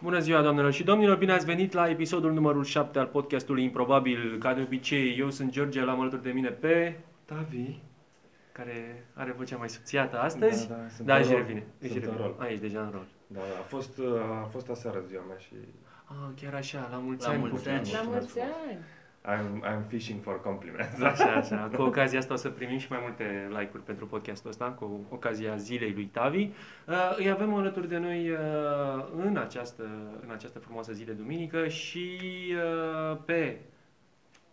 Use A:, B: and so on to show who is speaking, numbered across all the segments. A: Bună ziua, doamnelor și domnilor! Bine ați venit la episodul numărul 7 al podcastului Improbabil. Ca de obicei, eu sunt George, l-am alături de mine pe Tavi, care are vocea mai subțiată astăzi.
B: Da, da, sunt
A: da
B: în
A: își
B: rol.
A: revine. Își
B: Sunt în
A: revine.
B: rol.
A: A, ești deja în rol.
B: Da, a fost, a fost aseară ziua mea și
A: Ah, chiar așa, la mulți
C: La
A: ani.
C: mulți ani.
A: Puftin.
D: La
B: Mulțumesc
D: mulți ani!
B: I'm, I'm fishing for compliments.
A: Da, Așa, așa. Cu ocazia asta o să primim și mai multe like-uri pentru podcastul ăsta, cu ocazia zilei lui Tavi. Uh, îi avem alături de noi uh, în, această, în această frumoasă zi de duminică și uh, pe...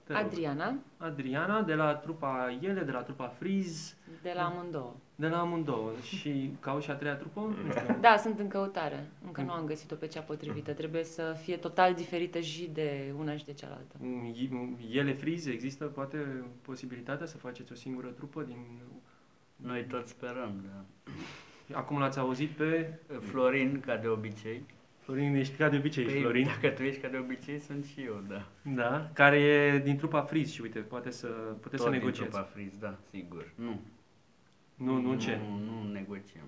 A: te rog,
D: Adriana,
A: Adriana, de la trupa Ele, de la trupa Friz,
D: de la amândouă.
A: de la amândouă. Și cau și a treia trupă? Nu
C: Mm.
A: știu.
D: Da, sunt în căutare. Încă
A: Mm.
D: nu am găsit-o pe cea potrivită. Trebuie să fie total diferită și de una și de cealaltă.
A: Mm, i- Ele Friz, există poate posibilitatea să faceți o singură trupă din...
C: Noi tot sperăm, da.
A: Acum l-ați auzit pe
C: Florin, ca de obicei.
A: Florin, ești ca de obicei,
C: Păi,
A: Florin.
C: Dacă tu ești ca de obicei, sunt și eu, da.
A: Da, care e din trupa Friz și uite, poate să puteți să
C: din
A: negociați.
C: trupa Friz, da, sigur. Nu.
A: Nu, nu ce?
C: Nu, nu negociem.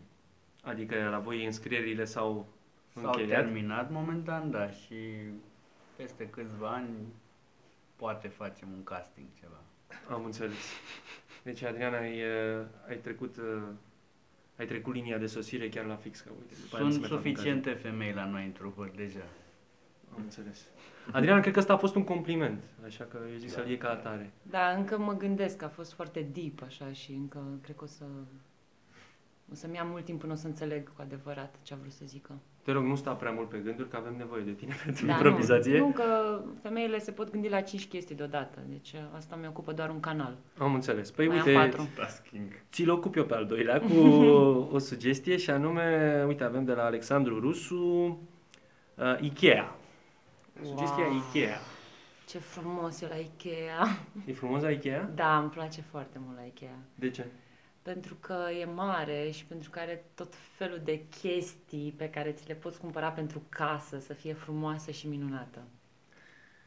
A: Adică la voi înscrierile s-au
C: S-au
A: încheiat.
C: terminat momentan, da, și peste câțiva ani poate facem un casting ceva.
A: Am înțeles. Deci, Adriana, ai, uh, ai trecut uh, ai trecut linia de sosire chiar la fix, că uite, după aia nu se
C: Sunt
A: Păi, mai fac
C: suficiente femei la noi în trupă deja.
A: încălziri. Am înțeles. Adriana, cred că ăsta a fost un compliment, așa că eu zic să-l iei ca atare.
D: Da, încă mă gândesc că a fost foarte deep așa și încă cred că o să... O să-mi ia mult timp până o să înțeleg cu adevărat ce a vrut să zică.
A: Te rog, nu sta prea mult pe gânduri, că avem nevoie de tine pentru
D: Da,
A: improvizație.
D: Nu, nu, că femeile se pot gândi la cinci chestii deodată, deci asta mi ocupă doar un canal.
A: Am înțeles. Păi
D: mai
A: uite,
D: am patru.
B: Tasking.
A: Ți-l ocup eu pe al doilea cu o sugestie și anume, uite, avem de la Alexandru Rusu, uh, Ikea. Sugestia
D: Wow.
A: Ikea.
D: Ce frumos e la Ikea!
A: E frumos la Ikea?
D: Da, îmi place foarte mult la Ikea.
A: De ce?
D: Pentru că e mare și pentru că are tot felul de chestii pe care ți le poți cumpăra pentru casă, să fie frumoasă și minunată.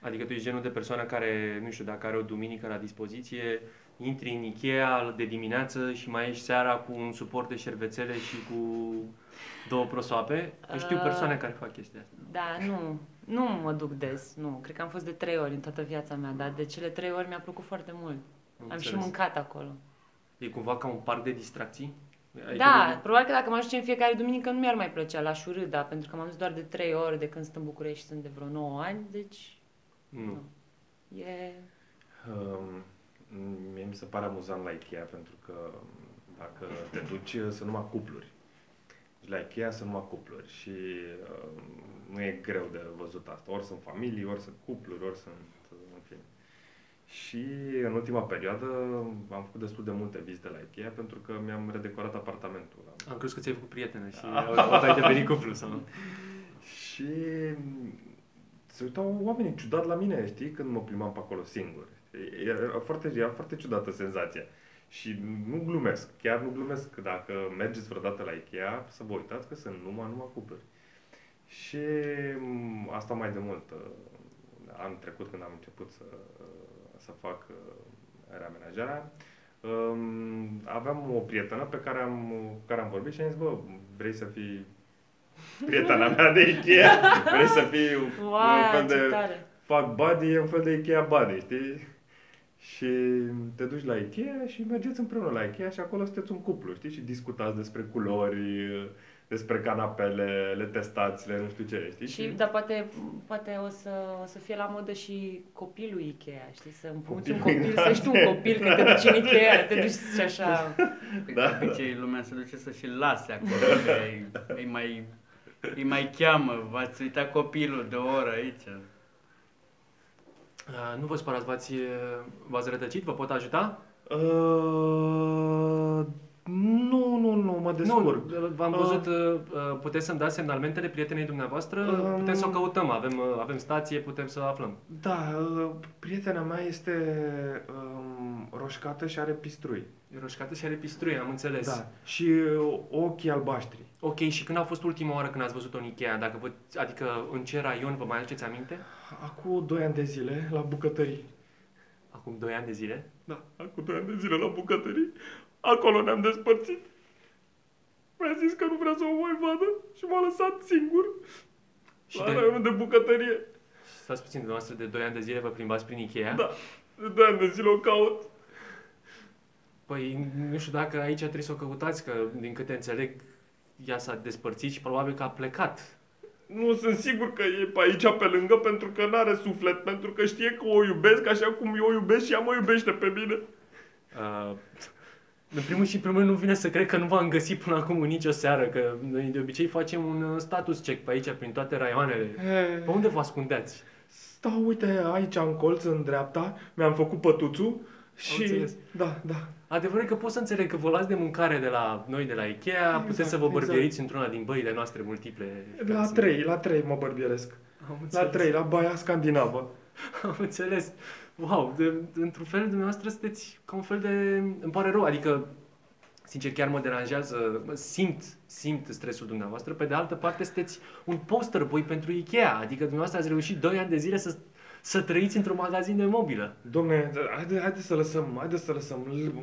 A: Adică tu ești genul de persoană care, nu știu, dacă are o duminică la dispoziție, intri în Ikea de dimineață și mai ieși seara cu un suport de șervețele și cu două prosoape. Eu știu
D: Uh.
A: persoane care fac chestia asta.
D: Da, nu, nu mă duc des, nu. Cred că am fost de trei ori în toată viața mea, dar de cele trei ori mi-a plăcut foarte mult.
A: Am
D: Am și
A: înțeles.
D: mâncat acolo.
A: E cumva ca un parc de distracții? Adică Ai
D: da,
A: gândit-
D: probabil că dacă mă ajunge în fiecare duminică nu mi-ar mai plăcea la Șurâda, pentru că m-am dus doar de trei ori de când sunt în București și sunt de vreo 9 ani, deci
A: Nu.
D: e...
B: Um, mie mi se pare amuzant la Ikea pentru că um, dacă te duci sunt numai cupluri. Deci La Ikea sunt numai cupluri și um, nu e greu de văzut asta. Ori sunt familii, ori sunt cupluri, ori sunt... uh, în fine. Și în ultima perioadă am făcut destul de multe vizite la Ikea pentru că mi-am redecorat apartamentul. Am
A: Am crezut că ți-ai făcut prietene și au- ai devenit cuplu sau nu.
B: Și mm, se uitau oamenii ciudat la mine, știi, când mă plimbam pe acolo singur. Era foarte, era foarte ciudată senzația. Și nu glumesc, chiar nu glumesc. că Dacă mergeți vreodată la Ikea, să vă uitați că sunt numai, numai cupluri. Și m, asta mai de mult. uh, Am trecut când am început să, uh, să fac uh, reamenajarea. Um, Aveam o prietenă pe care am, cu care am vorbit și am zis, bă, vrei să fii prietena mea de Ikea? Vrei să fii un, un
D: Wow,
B: fel
D: ce
B: de
D: tare!
B: fac body, e un fel de Ikea body, știi? Și te duci la Ikea și mergeți împreună la Ikea și acolo sunteți un cuplu, știi? Și discutați despre culori, despre canapele, le testați, le nu știu ce, știi?
D: Și, da- dar poate, poate o, să, o să fie la modă și copilul Ikea, știi? Să împrumuți un
B: Copilul,
D: copil,
B: da,
D: să ești un copil, că te duci în Ikea, te duci și așa...
C: Păi
B: Da,
C: da, de obicei lumea se duce să și lase acolo, că îi, îi, mai, îi mai cheamă, v-ați uitat copilul de o oră aici.
A: Uh, Nu vă spărați, v-ați, uh, v-ați rătăcit, vă pot ajuta?
B: Uh, nu, nu, nu, mă descurc.
A: Nu, uh, v-am
B: Uh.
A: văzut, uh, uh, puteți să-mi dați semnalmentele prietenei dumneavoastră,
B: Um.
A: putem să o căutăm, avem, uh, avem stație, putem să aflăm.
B: Da, uh, prietena mea este um, roșcată și are pistrui.
A: E roșcată și are pistrui, am înțeles.
B: Da. Și uh, ochii albaștri.
A: Ok, și când a fost ultima oară când ați văzut-o în Ikea? Dacă vă, adică în ce raion vă mai aduceți aminte?
B: Acum 2 ani de zile, la bucătării.
A: Acum 2 ani de zile?
B: Da, acum 2 ani de zile la bucătării. Acolo ne-am despărțit. Mi-a zis că nu vrea să o mai vadă și m-a lăsat singur.
A: Și
B: la
A: de-
B: raionul de bucătărie.
A: Și Stați puțin, dumneavoastră, de 2 ani de zile vă plimbați prin Ikea?
B: Da. De doi ani de zile o caut.
A: Păi nu știu dacă aici trebuie să o căutați, că din câte înțeleg ea s-a despărțit și probabil că a plecat.
B: Nu sunt sigur că e pe aici pe lângă pentru că n-are suflet, pentru că știe că o iubesc așa cum eu o iubesc și ea mă iubește pe mine.
A: Uh, în primul și în primul rând nu vine să cred că nu v-am găsit până acum în nicio seară, că noi de obicei facem un uh, status check pe aici, prin toate raioanele. Pe unde vă ascundeți?
B: Eh, Stau, uite, aici în colț, în dreapta, mi-am făcut pătuțul și...
A: înțeles.
B: Da, da.
A: Adevărul e că pot să înțeleg că vă luați de mâncare de la noi, de la Ikea, exact, puteți
B: Exact,
A: să vă
B: exact.
A: bărberiți într-una din băile noastre multiple. care
B: La
A: sunt.
B: trei, la trei mă bărbieresc.
A: Am
B: La
A: înțeles.
B: trei, la baia scandinavă.
A: Am înțeles. Wow, de, de- într-un fel dumneavoastră sunteți ca un fel de... Îmi pare rău, adică sincer chiar mă deranjează, mă simt, simt stresul dumneavoastră. Pe de altă parte sunteți un poster boy pentru Ikea, adică dumneavoastră ați reușit 2 ani de zile să, să trăiți într-un magazin de mobilă.
B: Domne, haide, haide să lăsăm, haide să lăsăm. L-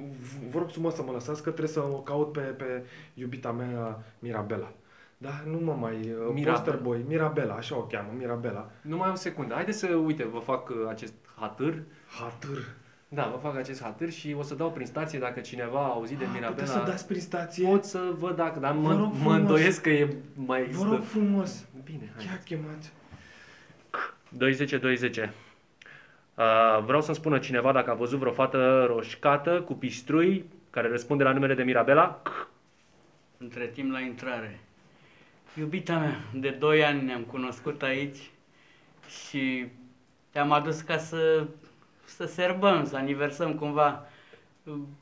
B: Vă rog frumos să mă lăsați că trebuie să o caut pe, pe iubita mea Mirabela. Da, nu mă mai... Mirabela.
A: Mirabela.
B: Poster boy, Mirabela, așa o cheamă, Mirabela.
A: Numai o secundă, haideți să, uite, vă fac uh, acest hatâr.
B: Hatâr.
A: Da, vă fac acest hatâr și o să dau prin stație dacă cineva a auzit de
B: Ah,
A: Mirabela.
B: Puteți să dați prin stație?
A: Pot să văd dacă, dar
B: Vă
A: mă,
B: rog
A: mă
B: frumos.
A: îndoiesc că e mai
B: Vă
A: există.
B: rog frumos.
A: Bine, hai.
B: Ia chemați.
A: 210 210. Uh, vreau să-mi spună cineva dacă a văzut vreo fată roșcată cu piștrui care răspunde la numele de Mirabela.
C: Între timp la intrare. Iubita mea, de 2 ani ne-am cunoscut aici și te-am adus ca să, să serbăm, să aniversăm cumva.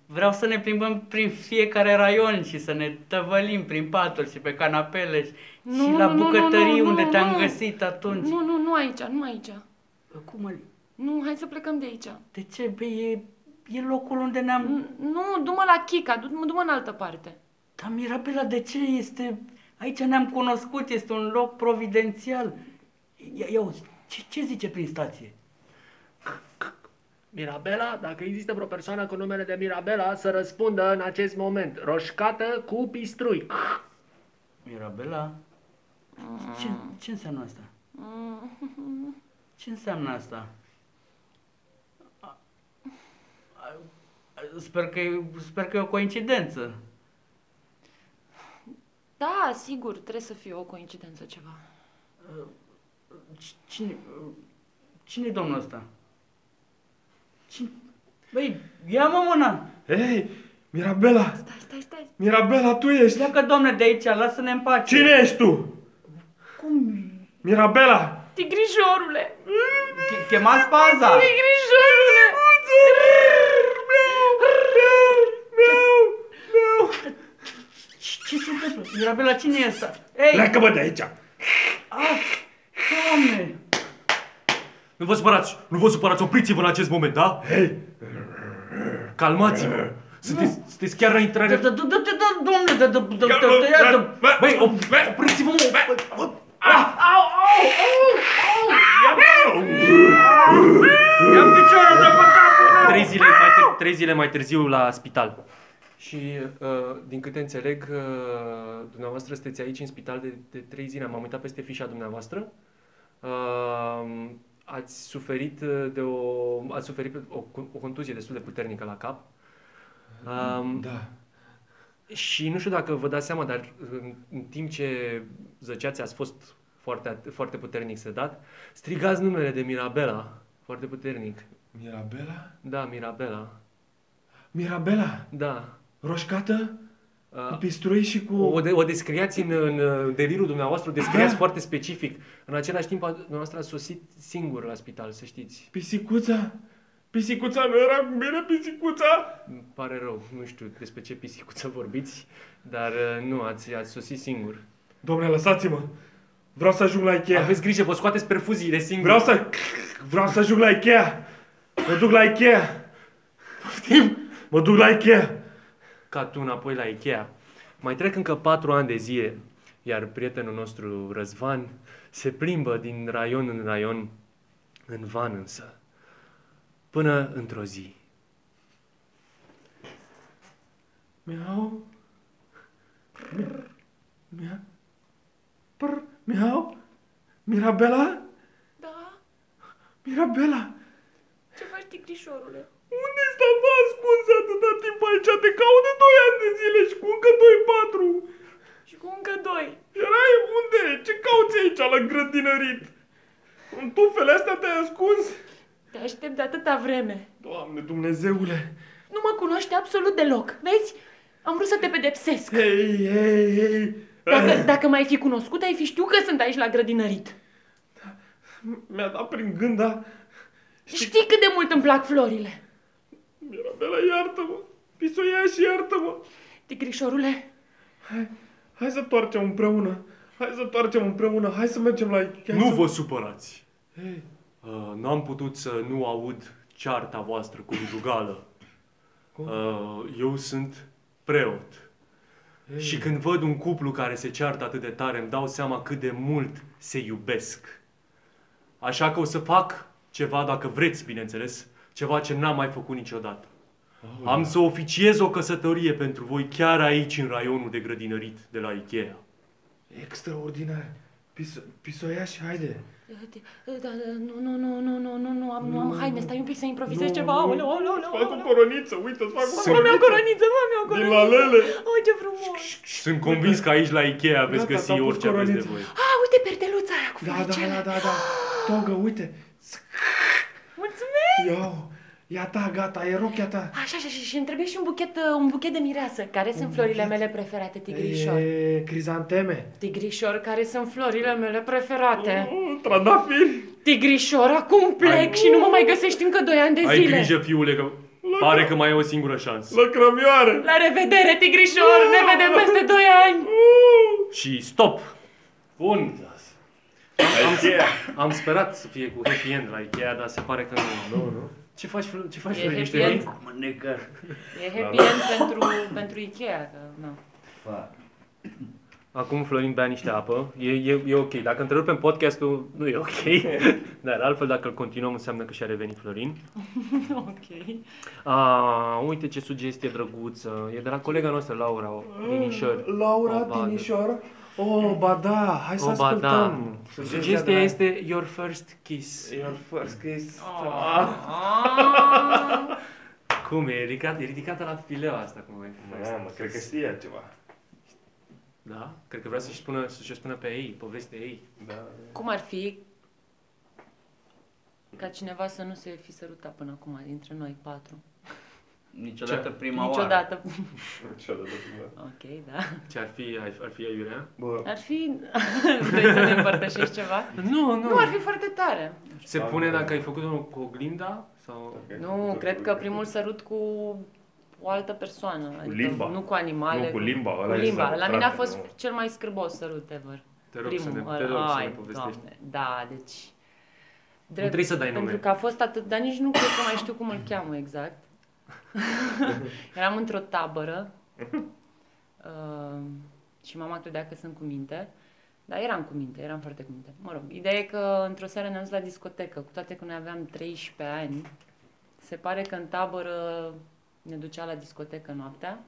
C: Vreau să ne plimbăm prin fiecare raion și să ne tăvălim prin paturi și pe canapele și,
D: Nu,
C: și la
D: nu, nu,
C: bucătării
D: nu, nu,
C: unde
D: nu,
C: te-am
D: nu.
C: găsit atunci.
D: Nu, nu, nu aici, nu aici.
C: Cum, Ali?
D: Nu, hai să plecăm de aici.
C: de ce? Bă, e, e locul unde ne-am...
D: N- Nu, du-mă la Chica, du- du-mă în altă parte.
C: Dar Mirabela, de ce este... Aici ne-am cunoscut, este un loc providențial. Ia, ia uzi, ce, ce zice prin stație?
A: Mirabela, dacă există vreo persoană cu numele de Mirabela, să răspundă în acest moment. Roșcată cu pistrui.
C: Mirabela? Ce, ce înseamnă asta?
D: Mm.
C: Ce înseamnă asta? A- a- a- Sper că, e, sper că e o coincidență.
D: Da, sigur, trebuie să fie o coincidență ceva.
C: C- Cine, cine e domnul ăsta? Cine? Băi, ia-mă mâna!
B: Hei, Mirabela!
D: Stai, stai, stai.
B: Mirabela, tu ești! da?
C: Pleacă, domne, de aici, lasă-ne în pace!
B: Cine ești tu?
C: Cum?
B: Mirabela!
D: Tigrișorule!
C: Che- Chemați paza!
D: Mm. Tigrișorule!
B: Meu! Meu!
C: Ce ce se întâmplă? Mirabela, cine e asta? Ei!
B: Pleacă-mă de aici!
C: Ah! Doamne!
A: Nu vă supărați! Nu vă supărați! Opriți-vă în acest moment, da?
B: Hei! Eh.
A: Calmați-vă! Sunteți, sunteți chiar la
C: Dă-
A: intrare...
C: dă- dă- dă- dă- Domne, dă- dă- dă- dă- dă- ia- dă-
A: Băi, op- opriți-vă! mă!
C: ia piciorul de pe capul meu!
A: trei zile,
B: Ah!
A: mai târziu, trei zile mai târziu la spital. Și uh, din câte înțeleg, uh, dumneavoastră sunteți aici în spital de, de trei zile. M-am uitat peste fișa dumneavoastră. Uh, ați suferit uh, de o, ați suferit o, o contuzie destul de puternică la cap. Um,
B: Da.
A: și nu știu dacă vă dați seama, dar în, în timp ce zăceați ați fost foarte, at- foarte puternic sedat, strigați numele de Mirabela foarte puternic.
B: Mirabela?
A: Da, Mirabela.
B: Mirabela!
A: Da.
B: Roșcată? Cu
A: Uh,
B: pistrui și cu...
A: O, de, o descriați în, în uh, delirul dumneavoastră, o descriați
B: Ah.
A: foarte specific. În același timp, a, dumneavoastră a sosit singur la spital, să știți.
B: Pisicuța? Pisicuța nu era cu mine, pisicuța?
A: Îmi pare rău, nu știu despre ce pisicuță vorbiți, dar uh, nu, ați, ați sosit singur.
B: Domne, lăsați-mă! Vreau să ajung la Ikea!
A: Aveți grijă, vă scoateți perfuziile singur.
B: Vreau să... Vreau să ajung la Ikea! Mă duc la Ikea! Mă duc la Ikea!
A: ca tu înapoi la Ikea. Mai trec încă patru ani de zile, iar prietenul nostru Răzvan se plimbă din raion în raion, în van însă, până într-o zi.
B: Miau. Mia. Prr. Miau. Mirabela?
A: Da?
B: Mirabela!
A: Ce faci, tigrișorule?
B: Unde stai mă ascuns atâta timp aici? Te caut de 2 ani de zile și cu încă 2-4.
A: Și cu încă doi.
B: Erai unde? Ce cauți aici la grădinărit? În tufele astea te-ai ascuns?
A: Te aștept de atâta vreme.
B: Doamne Dumnezeule!
A: Nu mă cunoști absolut deloc, vezi? Am vrut să te pedepsesc.
B: Hei, hei, hei!
A: Dacă, dacă mai fi cunoscut, ai fi știut că sunt aici la grădinărit.
B: Mi-a dat prin gând, dar...
A: Știi cât de mult îmi plac florile.
B: Mirabela, iartă-mă! Pisoia și iartă-mă!
A: Tigrișorule,
B: Hai, hai să toarcem împreună! Hai să toarcem împreună! Hai să mergem la Ikea!
E: Nu
B: să...
E: vă supărați.
B: Hei,
E: Uh, N-am putut să nu aud cearta voastră conjugală.
B: Cum?
E: Uh, Eu sunt preot.
B: hei.
E: Și când văd un cuplu care se ceartă atât de tare, îmi dau seama cât de mult se iubesc. Așa că o să fac ceva, dacă vreți, bineînțeles, ceva ce n-am mai făcut niciodată.
B: Aoleu.
E: Am să oficiez o căsătorie pentru voi chiar aici, în raionul de grădinărit de la Ikea.
B: Extraordinar! Piso... Pisoia și haide!
A: da, da, nu, nu, nu, nu, nu, nu, nu, am, nu
B: Nu,
A: am haine,
B: nu.
A: stai un pic să improvizez
B: Nu,
A: ceva,
B: nu.
A: aoleu, aoleu, aoleu,
B: Îți fac o
A: aoleu.
B: coroniță, uite, îți fac
A: Mă
B: o
A: mi-o
B: coroniță!
A: coroniță, mă mi-o
B: Din
A: coroniță.
B: la lele!
A: Oh, ce frumos!
E: Sunt convins că aici la Ikea veți
B: Gata,
E: găsi
B: s-a pus
E: orice aveți de
B: coronița.
E: voi.
A: A, Ah, uite perdeluța aia cu
B: Da, da,
A: floricele.
B: da, da, da! Togă, uite!
A: Mulțumesc!
B: Iau! Ia ta, gata, e rochia ta!
D: Așa, așa, și, și îmi trebuie și un buchet, uh, un buchet de mireasă. Care sunt florile
B: buchet?
D: mele preferate, tigrișor?
B: E, crizanteme!
D: Tigrișor, care sunt florile mele preferate?
B: Oh, Trandafiri!
D: Tigrișor, acum plec și nu mă mai găsești încă 2 ani de
E: Ai
D: zile.
E: grijă, fiule, că pare că mai e o singură șansă.
B: Lăcrămioare!
D: La revedere, tigrișor! Ne vedem peste 2 ani!
E: Și stop! Bun! Am, am, am sperat să fie cu happy end la Ikea, dar se pare că nu.
B: Nu, nu?
E: Ce faci, Flo- ce faci,
D: E
E: Florin? Ești
D: happy end?
E: venit?
C: Mă negăr.
D: E happy end pentru, pentru Ikea, că nu.
C: Fa.
E: Acum Florin bea niște apă. E, e, e ok. Dacă întrerupem podcastul, nu e ok. Dar altfel, dacă îl continuăm, înseamnă că și-a revenit Florin.
D: Ok.
E: A, uite ce sugestie drăguță. E de la colega noastră, Laura Linișor.
B: Mm, Laura
E: O, ba, da.
B: Tinișoară? Oh, ba da, hai să
E: O, ba, da.
B: ascultăm.
E: Sugestia este Your First Kiss.
B: Your first kiss.
D: Ah.
E: Cum e? Ridicat, e ridicată la fileu asta, cum e.
B: Mamă, cred că știe ea ceva.
E: Da? Cred că vrea să-și spună, să-și o spună pe ei, povestea ei.
B: Da.
D: Cum ar fi ca cineva să nu se fi sărutat până acum dintre noi patru?
C: Niciodată prima oară.
D: Niciodată.
B: Niciodată.
D: Ok, da.
E: Ce ar fi, ar, ar fi aiurea?
B: Bă,
D: Ar fi... Vrei să ne împărtășești ceva?
E: Nu, nu.
D: Nu, ar fi foarte tare.
E: Se pune dacă ai făcut unul cu oglinda sau...
D: Nu, cred că primul sărunt cu o altă persoană. Cu
B: limba.
D: Nu cu animale.
B: Nu, cu limba,
D: Cu
B: ăla e
D: limba.
B: sărut,
D: La mine a
B: frate,
D: fost
B: nu.
D: cel mai scârbos sărut ever.
E: Te rog să ne, te rog
D: ăla.
E: să ne
D: Ai,
E: povestești.
D: Doamne. Da, deci...
E: trebuie să dai nume.
D: Pentru că a fost atât, dar nici nu cred că mai știu cum îl cheamă exact. Eram într-o tabără
B: Mhm.
D: uh, și mama credea că sunt cu minte. Dar eram cu minte, eram foarte cu minte. Mă rog, ideea e că într-o seară ne-am dus la discotecă, cu toate că noi aveam 13 ani. Se pare că în tabără ne ducea la discotecă noaptea.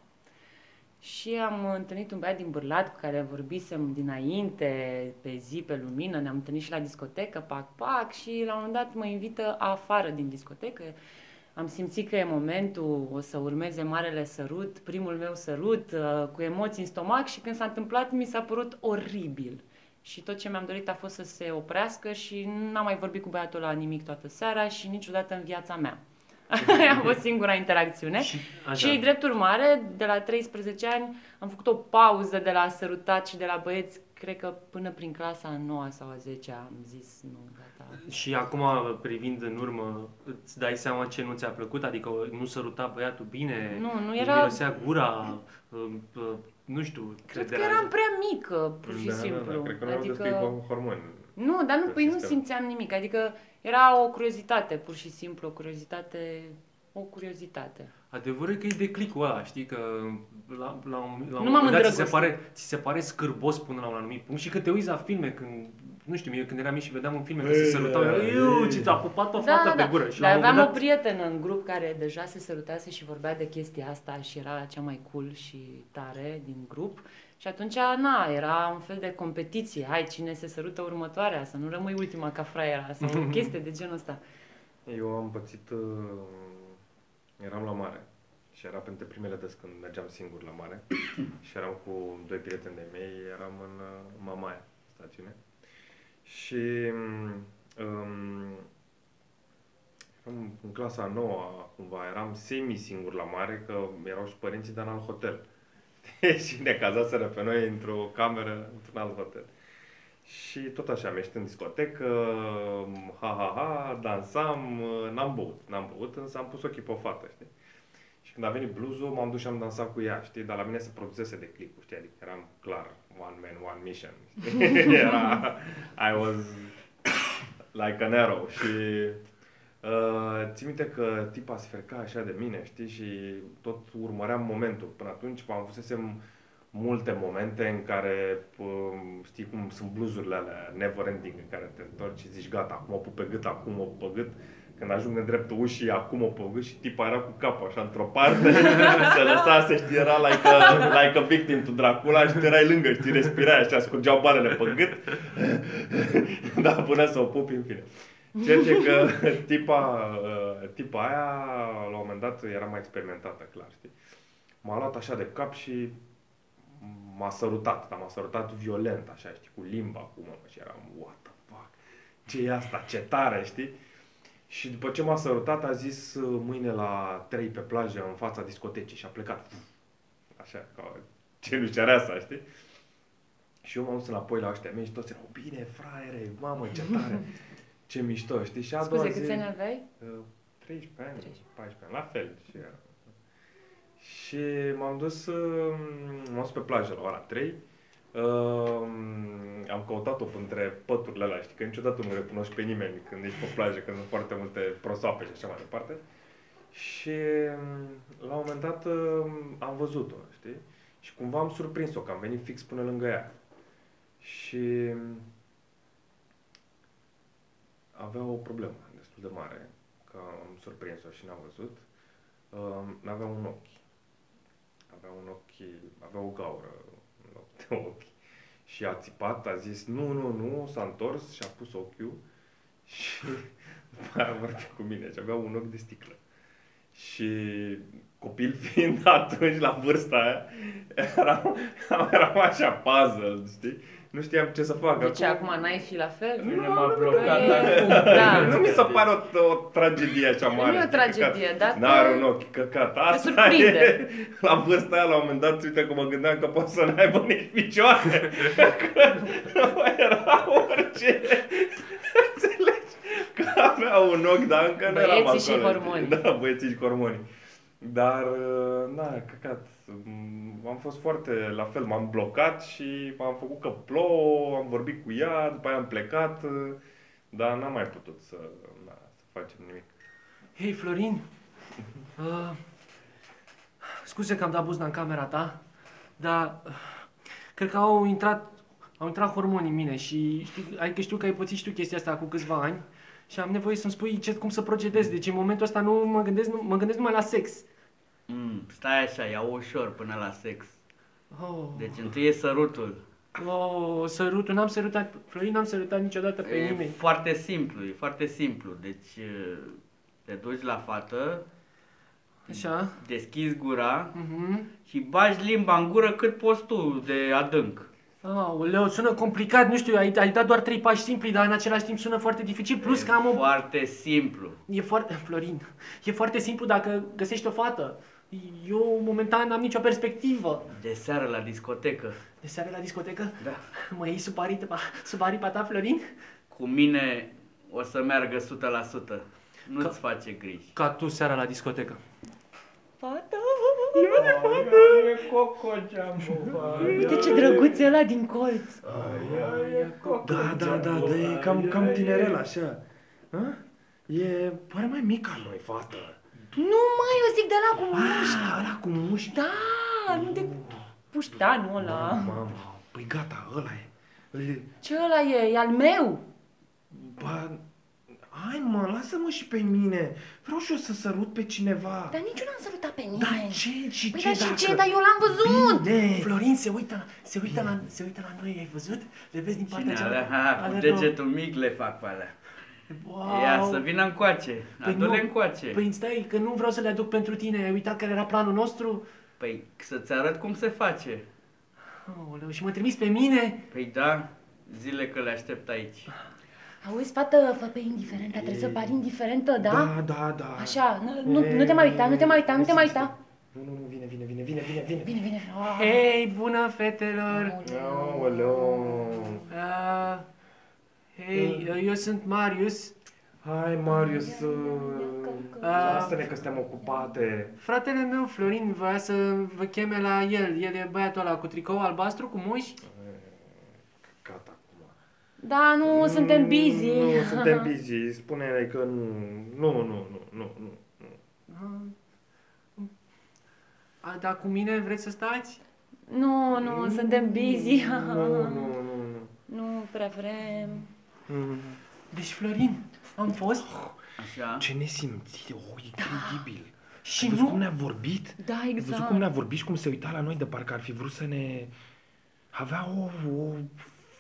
D: Și am întâlnit un băiat din Bârlat cu care vorbisem dinainte, pe zi, pe lumină, ne-am întâlnit și la discotecă, pac, pac, și la un moment dat mă invită afară din discotecă. Am simțit că e momentul, o să urmeze marele sărut, primul meu sărut, uh, cu emoții în stomac și când s-a întâmplat mi s-a părut oribil. Și tot ce mi-am dorit a fost să se oprească și n-am mai vorbit cu băiatul la nimic toată seara și niciodată în viața mea. Aia a fost singura interacțiune.
E: Și,
D: Așa. Și drept urmare, de la 13 ani am făcut o pauză de la sărutat și de la băieți, cred că până prin clasa a 9 sau a 10 am zis nu, gata.
E: și acum, privind în urmă, îți dai seama ce nu ți-a plăcut? Adică nu săruta băiatul bine?
D: Nu, nu
E: îi
D: era-
E: Mirosea gura? uh, uh, Nu știu,
D: Cred că
E: credea-
D: eram prea mică, pur și
B: da, Da, da,
D: simplu.
B: cred că nu adică... destui cu hormoni.
D: nu, dar nu,
B: pe
D: păi nu
B: sistem.
D: simțeam nimic, adică era o curiozitate, pur și simplu, o curiozitate, o curiozitate.
E: Adevărul e că e declicul ăla, știi, că la, la, un- la
D: Nu
E: un
D: m-am
E: moment dat ți se,
D: îndrăgostit.
E: pare, ți se pare scârbos până la un anumit punct și că te uiți la filme când
A: nu știu, eu când eram mic și vedeam un film că
B: Ei,
A: se sărutau,
B: ei.
A: eu, ce ți-a pupat o fată pe gură. Și
D: Da, Dar
A: la un
D: aveam
A: moment
D: o
A: dat,
D: prietenă în grup care deja se sărutase și vorbea de chestia asta și era cea mai cool și tare din grup. Și atunci, na, era un fel de competiție. Hai, cine se sărută următoarea, să nu rămâi ultima ca fraiera, sau chestie de genul ăsta.
B: Eu am pățit... uh, Eram la mare și era printre primele des când mergeam singur la mare și eram cu doi prieteni de mei, eram în uh, Mamaia, stațiune. Și um, eram în clasa a noua, cumva, eram semi-singur la mare, că erau și părinții, dar în alt hotel. și ne cazaseră pe noi într-o cameră, într-un alt hotel. Și tot așa, am ieșit în discotecă, ha, ha, ha, dansam, n-am băut, n-am băut, însă am pus ochii pe o fată, știi? Și când a venit bluzul, m-am dus și am dansat cu ea, știi? Dar la mine se produsese de clipul, știi? Adică eram clar, one man, one mission. știi? Era, I was like an arrow și... Uh, țin minte că tipa se ferca așa de mine, știi? Și tot urmăream momentul. Până atunci am fusesem multe momente în care, pă, știi cum sunt bluzurile alea never ending, în care te întorci și zici gata, acum o pup pe gât, acum o pup pe gât. Când ajung în dreptul ușii, acum o pup pe gât și tipa era cu capul așa într-o parte, se lăsase, știi, era like a, like a victim to Dracula și tu erai lângă, știi, respirai așa, scurgeau balele pe gât. da, până să o pupi, în fine. Ceea ce că tipa, uh, tipa aia, la un moment dat, era mai experimentată, clar, știi? M-a luat așa de cap și m-a sărutat, dar m-a sărutat violent, așa, știi, cu limba, cu mână și eram, what the fuck, ce e asta, ce tare, știi? Și după ce m-a sărutat, a zis "Uh, mâine la 3 pe plajă, în fața discotecii și a plecat. Așa, ca ce lucereasa, știi? Și eu m-am dus înapoi la ăștia mei și toți erau, bine, fraiere, mamă, ce tare, ce mișto, știi? Și a doua
D: Scuze,
B: zi...
D: câți ani aveai?
B: Uh, 13 ani,
D: 13.
B: 14 ani, la fel. Și, era. și m-am dus, uh, m-am dus pe plajă la ora 3. Uh, am căutat-o între păturile alea, știi, că niciodată nu recunoști pe nimeni când ești pe plajă, când sunt foarte multe prosoape și așa mai departe. Și um, la un moment dat uh, am văzut-o, știi? Și cumva am surprins-o, că am venit fix până lângă ea. Și mm, avea o problemă destul de mare, că am surprins-o și n-am văzut. Um, N-avea un ochi. Avea un ochi, avea o gaură în loc de ochi. Și a țipat, a zis nu, nu, nu, s-a întors și a pus ochiul și după aia a vorbit cu mine și avea un ochi de sticlă. Și copil fiind atunci la vârsta aia, eram, eram așa puzzle, știi? Nu știam ce să fac.
D: Deci acum n-ai fi la fel?
C: Pe
B: Nu,
C: mine
B: nu,
C: m-a
B: nu,
C: blocat
D: nu,
C: acum.
D: da.
B: Nu mi se pare o, o tragedie așa mare.
D: Nu e o
B: știi,
D: tragedie,
B: căcat.
D: dar te-
B: N-are un ochi căcat. Asta
D: surprinde.
B: e. La vârsta aia, la un moment dat, uite că mă gândeam că poate să n-aibă nici picioare. că nu mai era orice. Înțelegi? Că avea un ochi, da, dar încă nu eram acolo.
D: Băieții și hormonii.
B: știi? Da, băieții și hormonii. Dar, uh, na, căcat, m- am fost foarte la fel, m-am blocat și m-am făcut că plouă, am vorbit cu ea, după aia am plecat, uh, dar n-am mai putut să, na, să facem nimic.
A: Hei, Florin, uh, scuze că am dat buzna în camera ta, dar uh, cred că au intrat, au intrat hormoni în mine și știu, adică știu că ai pățit și tu chestia asta cu câțiva ani și am nevoie să-mi spui ce, cum să procedez. Deci în momentul ăsta nu mă gândesc, nu, mă gândesc numai la sex.
C: Mm, stai așa, iau ușor până la sex.
A: Oh,
C: Deci întâi e sărutul.
A: oh, sărutul, n-am sărutat, Florin, n-am sărutat niciodată pe
C: E
A: nimeni.
C: foarte simplu, e foarte simplu. Deci eh, te duci la fată,
A: Așa,
C: deschizi gura
A: mhm.
C: și bagi limba în gură cât poți tu de adânc.
A: Aoleu, sună complicat, nu știu, ai, ai dat doar trei pași simpli, dar în același timp sună foarte dificil, plus
C: E
A: că am o
C: Foarte simplu.
A: E foarte, Florin, e foarte simplu dacă găsești o fată. Eu, momentan, n-am nicio perspectivă.
C: De seară la discotecă.
A: De seară la discotecă?
C: Da.
A: Mă iei sub aripa, sub aripa ta, Florin?
C: Cu mine o să meargă 100%. Nu-ți face griji.
A: Ca tu seara la discotecă.
D: Fata!
C: E coco geambuva.
D: Uite ce drăguț e ăla din colț!
B: Da, da, da, da, e cam, cam tinerel așa. A? E, pare mai mic ca noi, fată.
D: Nu mai eu zic de la cu mușchi!
B: Ah, ăla cu mușchi.
D: Da, nu de puștanul ăla!
B: Mamă, păi gata, ăla e. Îl-
D: Ce ăla e? E al meu?
B: Ba, hai mă, lasă-mă și pe mine. Vreau și eu să sărut pe cineva.
A: Dar nici eu n-am sărutat pe
B: Da,
A: nimeni.
B: ce? Și
A: Da, Păi
B: ce
A: dar
B: dacă... Mm.
A: și ce? Dar eu l-am văzut!
B: Bine.
E: Florin se uită, la, se, uită la, se uită la noi, ai văzut? Le vezi din partea
C: Cine
E: cealaltă.
C: alea? Ha, cu
E: Ale
C: degetul mic le fac pe alea.
E: Wow.
C: Ia să vină încoace.
E: Păi
C: Adu-le
E: nu.
C: încoace.
E: Păi stai, că nu vreau să le aduc pentru tine, ai uitat care era planul nostru?
C: Păi să-ți arăt cum se face.
E: Aoleu, și mă trimis pe mine?
C: Păi da, zile că le aștept aici.
A: Auzi, fată, fă pe indiferentă, trebuie să pari indiferentă, da?
B: Da, da, da.
A: Așa, nu, nu, nu te mai uita, nu te mai uita, nu te mai uita.
B: Nu, nu, nu, vine, vine, vine, vine, vine, vine.
A: Bine, bine. Ah.
E: Hei, bună fetelor!
B: Aoleu.
E: Uh, Hei,
B: Da.
E: eu sunt Marius.
B: Hai, Marius, uh,
E: lasă-ne
B: lasă-ne că suntem ocupate.
E: Fratele meu, Florin, voia să vă cheme la el. El e băiatul ăla cu tricou albastru, cu muși.
B: Gata acum.
D: Da, nu, suntem busy.
B: Mm, Nu, suntem busy. Spune-ne că nu, nu, nu, nu, nu, nu.
E: A, dar cu mine vreți să stați?
D: Nu, nu, suntem busy.
B: Nu, nu, nu, nu.
D: Nu prea vrem.
E: Deci, Florin, am fost
C: Așa.
B: Ce nesimțire, o, incredibil.
E: și
B: Ai văzut cum
E: nu...
B: ne-a vorbit?
D: Da,
B: Ai văzut
D: exact.
B: cum ne-a vorbit și cum se uita la noi de parcă ar fi vrut să ne... Avea o, o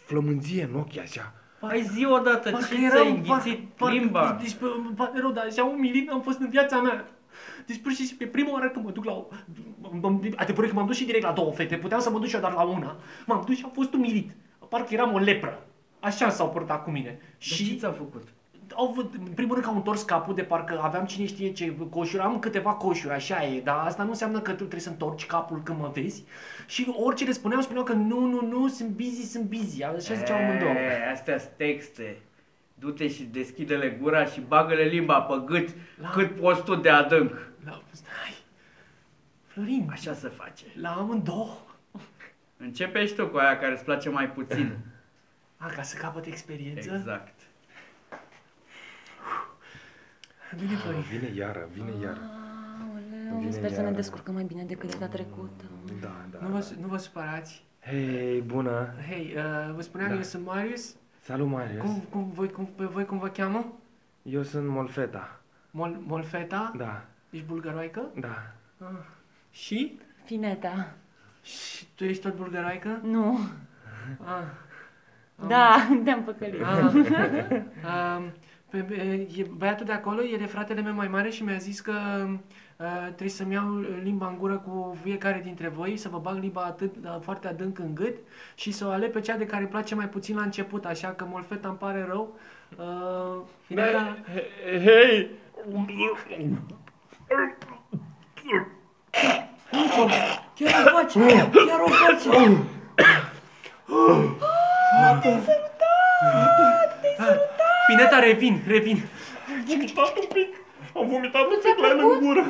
B: flămânzie în ochi așa.
C: Păi zi odată
E: Parcă
C: ce ți-ai
E: eram, parcă,
C: înghițit
E: parcă,
C: limba.
E: Deci, bă, îmi pare rău, dar așa umilit am fost în viața mea. Deci, pur și simplu, e prima oară când mă duc la... o- m- m- Adevărul că m-am dus și direct la două fete, puteam să mă duc și eu doar la una. M-am dus și am fost umilit. Parcă eram o lepră. Așa s-au purtat cu mine.
C: Și ce ți-a făcut?
E: au văd, în primul rând că au întors capul de parcă aveam cine știe ce coșuri, am câteva coșuri, așa e, dar asta nu înseamnă că tu trebuie să întorci capul când mă vezi. Și orice le spuneam, spuneau că nu, nu, nu, sunt busy, sunt busy, așa ziceau amândouă.
C: E, Astea sunt texte. Du-te și deschide-le gura și bagă-le limba pe gât
E: La-
C: cât poți tu de adânc.
E: La, stai, Florin, așa,
C: Așa se face.
E: la amândouă,
C: Începe și tu cu aia care îți place mai puțin.
E: a, ca să capăt experiență.
C: exact.
E: Bine, Florin.
B: Vine iară, vine iară.
D: Aoleu,
B: Vine Mm.
D: sper să ne
B: iară.
D: descurcăm mai bine decât data trecută.
B: Da, da.
E: Nu vă, nu vă supărați.
B: Hei, bună!
E: Hei, uh, vă spuneam,
B: Da.
E: eu sunt Marius.
B: Salut, Marius!
E: Cum, cum, voi, cum, pe voi cum vă cheamă?
B: Eu sunt Molfeta.
E: Mol, Molfeta?
B: Da,
E: Ești bulgăroaică?
B: da.
E: Ah. Și?
D: Fineta.
E: Și tu ești tot bulgăroaică?
D: Nu.
E: Ah. Am-
D: Da, te-am păcălit.
E: Ah. Um, pe, pe- e, băiatul de acolo, el e fratele meu mai mare și mi-a zis că uh, trebuie să-mi iau limba în gură cu fiecare dintre voi, să vă bag limba atât, uh, foarte adânc în gât și să o aleg pe cea de care îi place mai puțin la început, așa că molfeta îmi pare rău. Uh, Fineta,
B: Hei!
E: chiar o faci, chiar o faci. Frate, te-ai salutat! Ah, Fineta, revin, revin.
B: Am vomitat un pic! Am vomitat un pic la el în gură!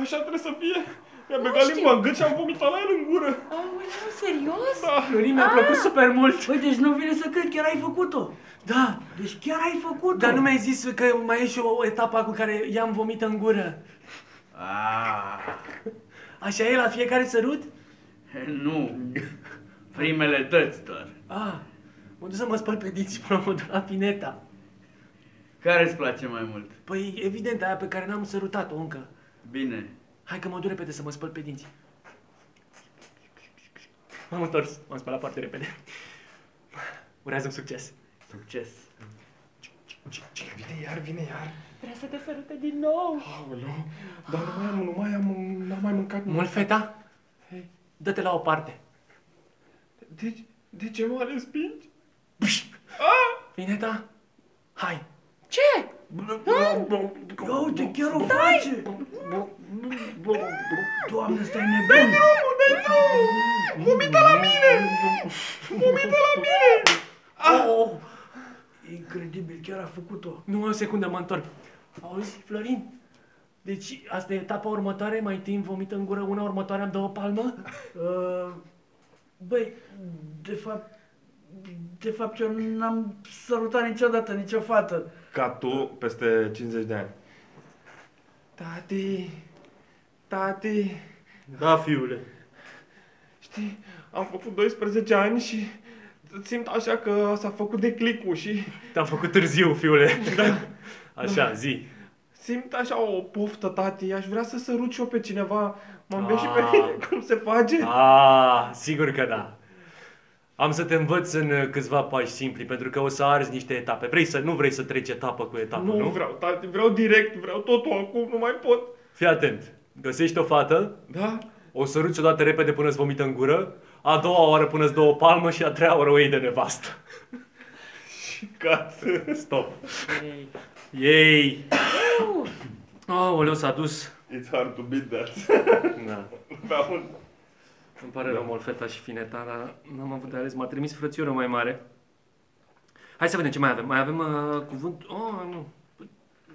B: Așa trebuie să fie! Mi-a băgat limba în gât și am vomitat la el în gură! Da.
A: Aoleu, serios?
E: Florin, mi-a plăcut super mult.
C: Păi, deci nu vine să cred, chiar ai făcut-o.
E: Da,
C: Deci chiar ai făcut-o.
E: Dar nu mi-ai zis că mai e și o etapă cu care i-am vomit în gură.
C: Ah,
E: Așa e la fiecare sărut?
C: nu. Primele dăți doar.
E: Ah, mă duc să mă spăl pe dinți și până mă duc la pineta.
C: Care îți place mai mult?
E: Păi, evident, aia pe care n-am sărutat-o încă.
C: Bine.
E: Hai că mă duc repede să mă spăl pe dinți. M-am întors, m-am spălat foarte repede. Urează un succes.
C: Succes.
B: Vine iar, vine iar!
D: Vrea să te sărute din nou.
B: Aoleu! Dar nu mai am, nu mai am, n-am mai mâncat nimic.
E: Mult feta,
B: Hei,
E: dă-te la o parte.
B: de, de ce mă respingi? Ah!
E: Pineta, hai.
A: Ce?
C: Ia uite, chiar o face. Doamne, stai nebun.
B: Vomita la mine! Vomita la mine!
E: Ah! Oh, oh.
C: Incredibil, chiar a făcut-o.
E: Nu, o secundă, mă întorc. Auzi, Florin? Deci asta e etapa următoare, mai întâi îmi vomit în gură una, următoarea îmi dă o palmă?
C: Uh, băi, de fapt, de fapt eu n-am sărutat niciodată nicio fată.
B: Ca tu peste 50 de ani. Tati, tati,
E: Da, fiule.
B: știi, am făcut 12 ani și simt așa că s-a făcut declicul și
E: Te-am făcut târziu, fiule. Da. Așa, zi.
B: simt așa o poftă, tati, aș vrea să sărut și eu pe cineva, m-am
E: Ah.
B: și pe mine, cum se face?
E: A, sigur că da. Am să te învăț în uh, câțiva pași simpli, pentru că o să arzi niște etape. Vrei să, nu vrei să treci etapă cu etapă, nu?
B: Ah, nu, vreau, tati, vreau direct, vreau totul acum, nu mai pot.
E: Fii atent. Găsești o fată,
B: Da?
E: o săruți o dată repede până îți vomită în gură, a doua oară până îți dă o palmă și a treia oară o iei de nevastă.
B: Ca să...
E: Stop. Ei! Aoleu, s-a dus.
B: It's hard to beat that.
E: Da.
B: Aveam un
E: Îmi pare rău, Molfeta și Fineta, dar n-am avut de ales. M-a trimis frățioră mai mare. Hai să vedem ce mai avem. Mai avem uh, cuvânt... Oh, nu.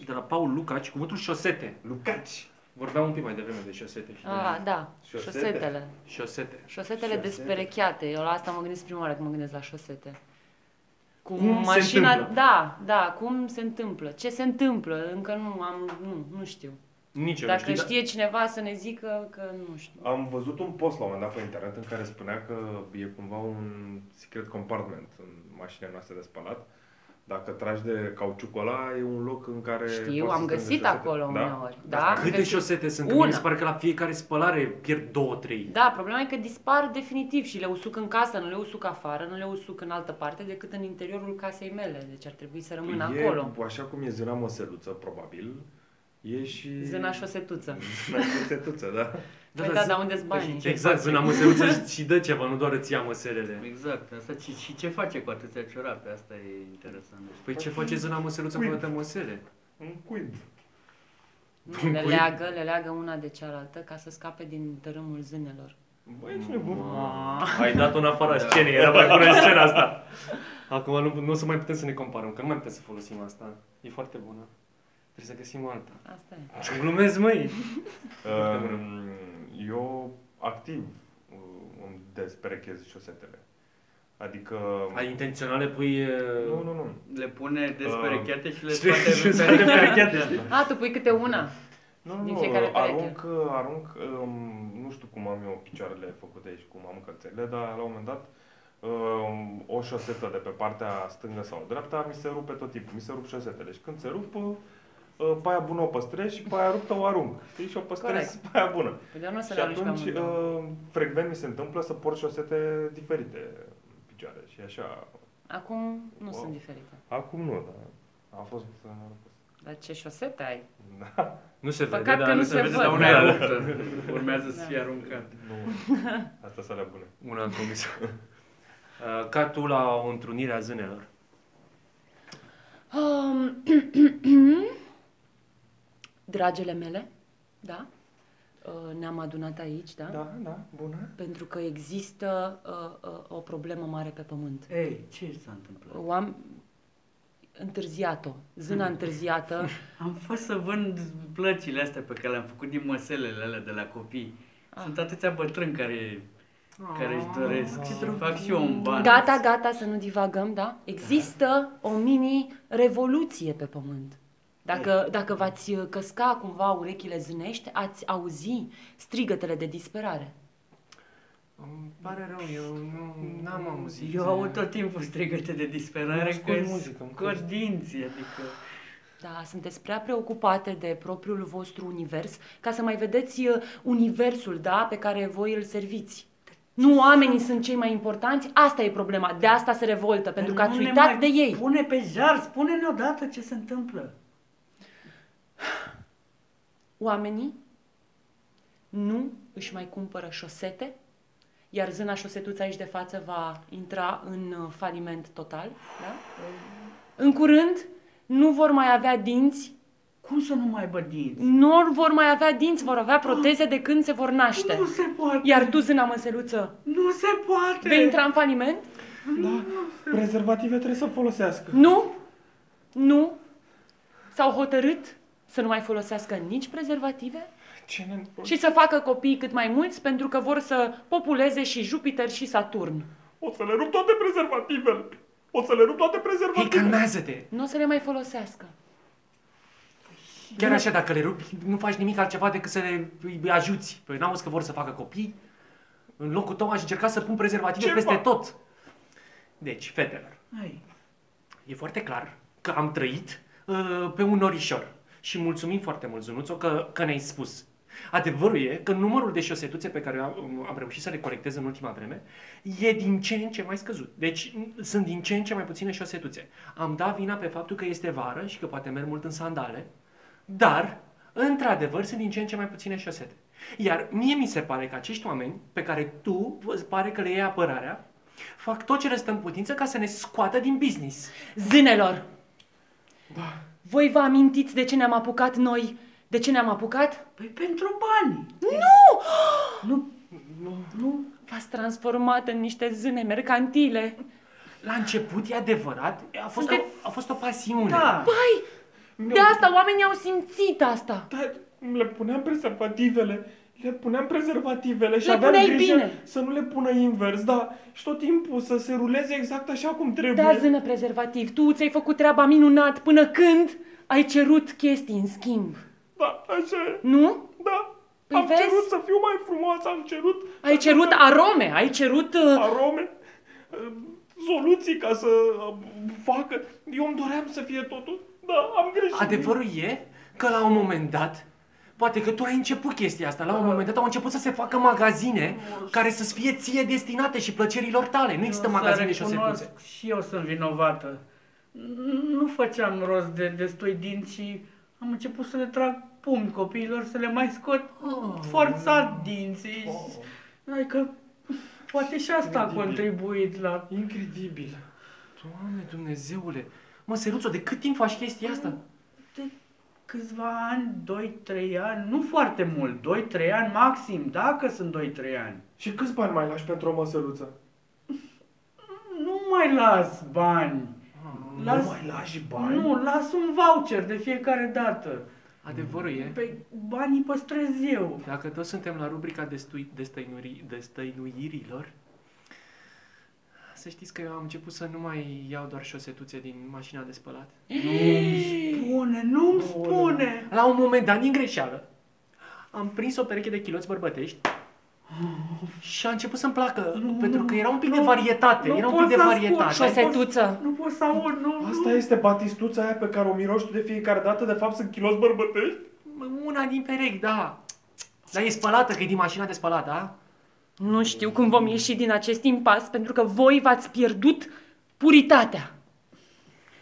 E: De la Paul Lucaci, cuvântul șosete.
B: Lucaci.
E: Vorbeam un pic mai devreme de șosete și
D: Ah,
E: de
D: da,
B: Șosete.
D: șosetele.
E: șosete.
D: Șosetele
B: Șosete.
D: desperecheate. Eu la asta mă gândesc prima oară când mă gândesc la șosete. Cu
E: Cum se
D: mașina,
E: întâmplă?
D: da, da, cum se întâmplă? Ce se întâmplă? Încă nu am, nu, nu știu.
E: Nici eu nu
D: Dacă
E: știu, da. dar-
D: știe cineva să ne zică că nu știu.
B: Am văzut un post la un moment dat pe internet în care spunea că e cumva un secret compartment în mașina noastră de spălat. Dacă tragi de cauciucul ăla, e un loc în care...
D: Știu,
B: poți
D: am
B: să strângi
D: găsit
B: șosete.
D: acolo uneori, da.
B: Asta-
E: Câte
D: găsit-
E: șosete sunt?
D: Una.
E: Una. Mi se pare că la fiecare spălare pierd două, trei.
D: Da, problema e că dispar definitiv și le usuc în casă, nu le usuc afară, nu le usuc în altă parte decât în interiorul casei mele. Deci ar trebui să rămân
B: e,
D: acolo.
B: Așa cum e zâna măsăluță, probabil, e și...
D: Zâna șosetuță.
B: Zâna șosetuță, da.
D: Păi da, dar unde-s banii?
C: ce-
E: Exact, zâna măseuță și- și dă ceva, nu doar îți ia măselele.
C: Exact, asta ce, și ce face cu atâția ciorape? Asta e interesant.
E: Păi ce face zâna măseluță cu
B: Ui.
E: atâtea măsele?
B: Un cuib.
D: Nu, le
E: Cui?
D: leagă, le leagă una de cealaltă ca să scape din tărâmul zânelor.
B: Băi, ești nebun.
E: Ai dat-o în afara scenei, era mai bună scena asta. Acum nu, nu o să mai putem să ne comparăm, că nu mai putem să folosim asta. E foarte bună. Trebuie să găsim alta.
D: Asta e.
E: Glumez, măi!
B: Um, eu activ uh, îmi desperechez șosetele. Adică...
E: Ai intenționat le pui... uh, e,
B: Nu, nu, nu.
C: Le pune desperecheate și le
E: și-
C: scoate
E: și- scoate
C: pe
E: perecheate.
D: A, tu pui câte una.
B: Nu,
D: Din
B: nu, uh,
D: fiecare pereche.
B: arunc, arunc, um, nu știu cum am eu picioarele făcute și cum am călțele, dar la un moment dat um, o șosetă de pe partea stângă sau dreapta mi se rupe tot timpul, mi se rup șosetele și când se rup, uh, pe aia bună o păstrez și pe aia ruptă o arunc. Știi? Și o păstrez
D: Corect.
B: pe aia bună.
D: Păi de nu o să
B: și
D: le arunci pe
B: atunci
D: amândouă.
B: uh, frecvent mi se întâmplă să port șosete diferite în picioare și așa.
D: Acum nu
B: wow.
D: sunt diferite.
B: Acum nu, dar a fost uh, norocos.
D: Dar ce șosete ai?
B: Da,
E: Nu se vede,
D: Păcat
E: dar
D: că nu
E: nu
D: se
E: se vede,
D: văd.
E: dar
C: dar una
E: una
C: e
E: era
C: ruptă. Urmează să fie aruncat.
B: nu. Asta s-a bune.
E: Una în comis. Uh, Ca tu la o întrunire a zânelor.
D: Um, dragele mele, da? Uh, Ne-am adunat aici, da?
B: Da, da, bună.
D: Pentru că există uh, uh, o problemă mare pe pământ.
C: Ei, ce s-a întâmplat?
D: Oam... Întârziat-o. Zâna
B: Hmm.
D: întârziată.
C: Am fost să vând plăcile astea pe care le-am făcut din măselele alea de la copii.
D: Ah.
C: Sunt atâția bătrâni care, care își doresc și fac și eu un ban.
D: Ah. Gata, gata, să nu divagăm, da? Există o mini-revoluție pe pământ. Dacă, dacă v-ați uh, căsca cumva urechile zânești, ați auzi strigătele de disperare.
E: Îmi pare rău, eu nu am auzit.
C: Eu aud tot timpul strigăte de
B: Nu
C: disperare
B: ascult muzică, îmi
C: scot dinții, adică...
D: Da, sunteți prea preocupate de propriul vostru univers ca să mai vedeți uh, universul, da, pe care voi îl serviți. Nu oamenii sunt cei mai importanți, asta e problema, de asta se revoltă, pentru că
C: Dar
D: ați
C: nu ne
D: uitat
C: mai
D: de ei.
C: Pune pe jar, spune-ne odată ce se întâmplă.
D: Oamenii nu își mai cumpără șosete, iar zâna șosetuță aici de față va intra în uh, faliment total, da? În curând nu vor mai avea dinți,
C: Cum să nu mai aibă dinți?
D: nu vor mai avea dinți, vor avea proteze de când se vor naște.
C: Nu se poate!
D: Iar tu, zâna măseluță,
C: Nu se poate!
D: vei intra în faliment?
B: Da, prezervative trebuie să folosească.
D: Nu? Nu? S-au hotărât să nu mai folosească nici prezervative
B: Ce ne
D: și să facă copii cât mai mulți pentru că vor să populeze și Jupiter și Saturn.
B: O să le rup toate prezervativele. O să le rup toate
E: Hei,
B: prezervativele.
E: calmează-te!
D: Nu o să le mai folosească.
E: Chiar așa, dacă le rupi, nu faci nimic altceva decât să le îi ajuți. Păi n-auzi că vor să facă copii. În locul tău aș încerca să pun prezervative
B: Ce
E: peste
B: fac?
E: tot.
A: Deci, fetelor,
C: Hai.
A: e foarte clar că am trăit uh, pe un norișor. Și mulțumim foarte mult, Zunuțo, că, că ne-ai spus. Adevărul e că numărul de șosetuțe pe care eu am, am reușit să le colectez în ultima vreme e din ce în ce mai scăzut. Deci n- sunt din ce în ce mai puține șosetuțe. Am dat vina pe faptul că este vară și că poate merg mult în sandale, dar, într-adevăr, sunt din ce în ce mai puține șosete. Iar mie mi se pare că acești oameni, pe care tu îți pare că le iei apărarea, fac tot ce le stă în putință ca să ne scoată din business.
D: Zânelor! Da.
A: Da.
D: Voi vă amintiți de ce ne-am apucat noi? De ce ne-am apucat?
C: Păi pentru bani.
D: Nu!
C: Nu,
D: V-ați transformat în niște zâne mercantile.
A: La început, e adevărat, a fost,
D: Sunteți-
A: o, a fost o pasiune.
C: da.
D: Păi, de asta oamenii au simțit asta. Da,
B: Dar le puneam prezervativele, le puneam prezervativele și
D: Le
B: aveam
D: puneai
B: grijă
D: bine.
B: să nu le pună invers, da. Și tot timpul să se ruleze exact așa cum trebuie.
D: Da, zână prezervativ, tu ți-ai făcut treaba minunat până când ai cerut chestii în schimb.
B: da așa e,
D: Nu?
B: da.
D: Păi
B: am
D: vezi?
B: cerut să fiu mai frumos, am cerut
D: Ai cerut arome, ai cerut... Uh,
B: arome, uh, soluții ca să uh, facă. Eu îmi doream să fie totul, da, am greșit.
A: Adevărul e că la un moment dat, poate că tu ai început chestia asta, la un moment dat au început să se facă magazine care să-ți fie ție destinate și plăcerilor tale. Nu există
C: Eu să
A: magazine și o
C: recunosc,
A: secunde.
C: Și eu sunt vinovată. Nu făceam rost de destui dinți și am început să le trag pumni copiilor, să le mai scot forțat dinții. Oh. Adică poate și asta a contribuit la...
B: Incredibil.
A: Doamne Dumnezeule, mă, Seruțo, de cât timp faci chestia asta?
C: Mm. De câțiva ani, 2-3 ani, nu foarte mult, 2-3 ani maxim, dacă sunt 2-3 ani.
B: Și câți bani mai lași pentru o măsăluță?
C: Nu mai las bani.
A: Ah,
C: Las-
B: lași
C: Nu, las un voucher de fiecare dată.
A: Adevărul e,
C: Pe banii păstrez eu.
A: dacă toți suntem la rubrica destui, destăinuri, destăinuirilor, să știți că eu am început să nu mai iau doar șosetuțe din mașina de spălat.
C: Spune, nu-mi spune!
A: La un moment dat, din greșeală, am prins o pereche de chiloți bărbătești și a început să-mi placă,
C: Nu,
A: pentru că era un pic de
C: nu,
A: varietate,
C: nu
A: era un
C: pot
A: pic de
C: să
A: varietate.
C: ascult.
D: șosetuță.
C: Nu pot să aud, nu,
B: Asta
C: nu.
B: este batistuța aia pe care o miroși tu de fiecare dată, de fapt sunt kilos bărbătești?
A: M- Una din perechi, da. Dar e spălată, că e din mașina de spălat, da?
D: Nu știu cum vom ieși din acest impas, pentru că voi v-ați pierdut puritatea.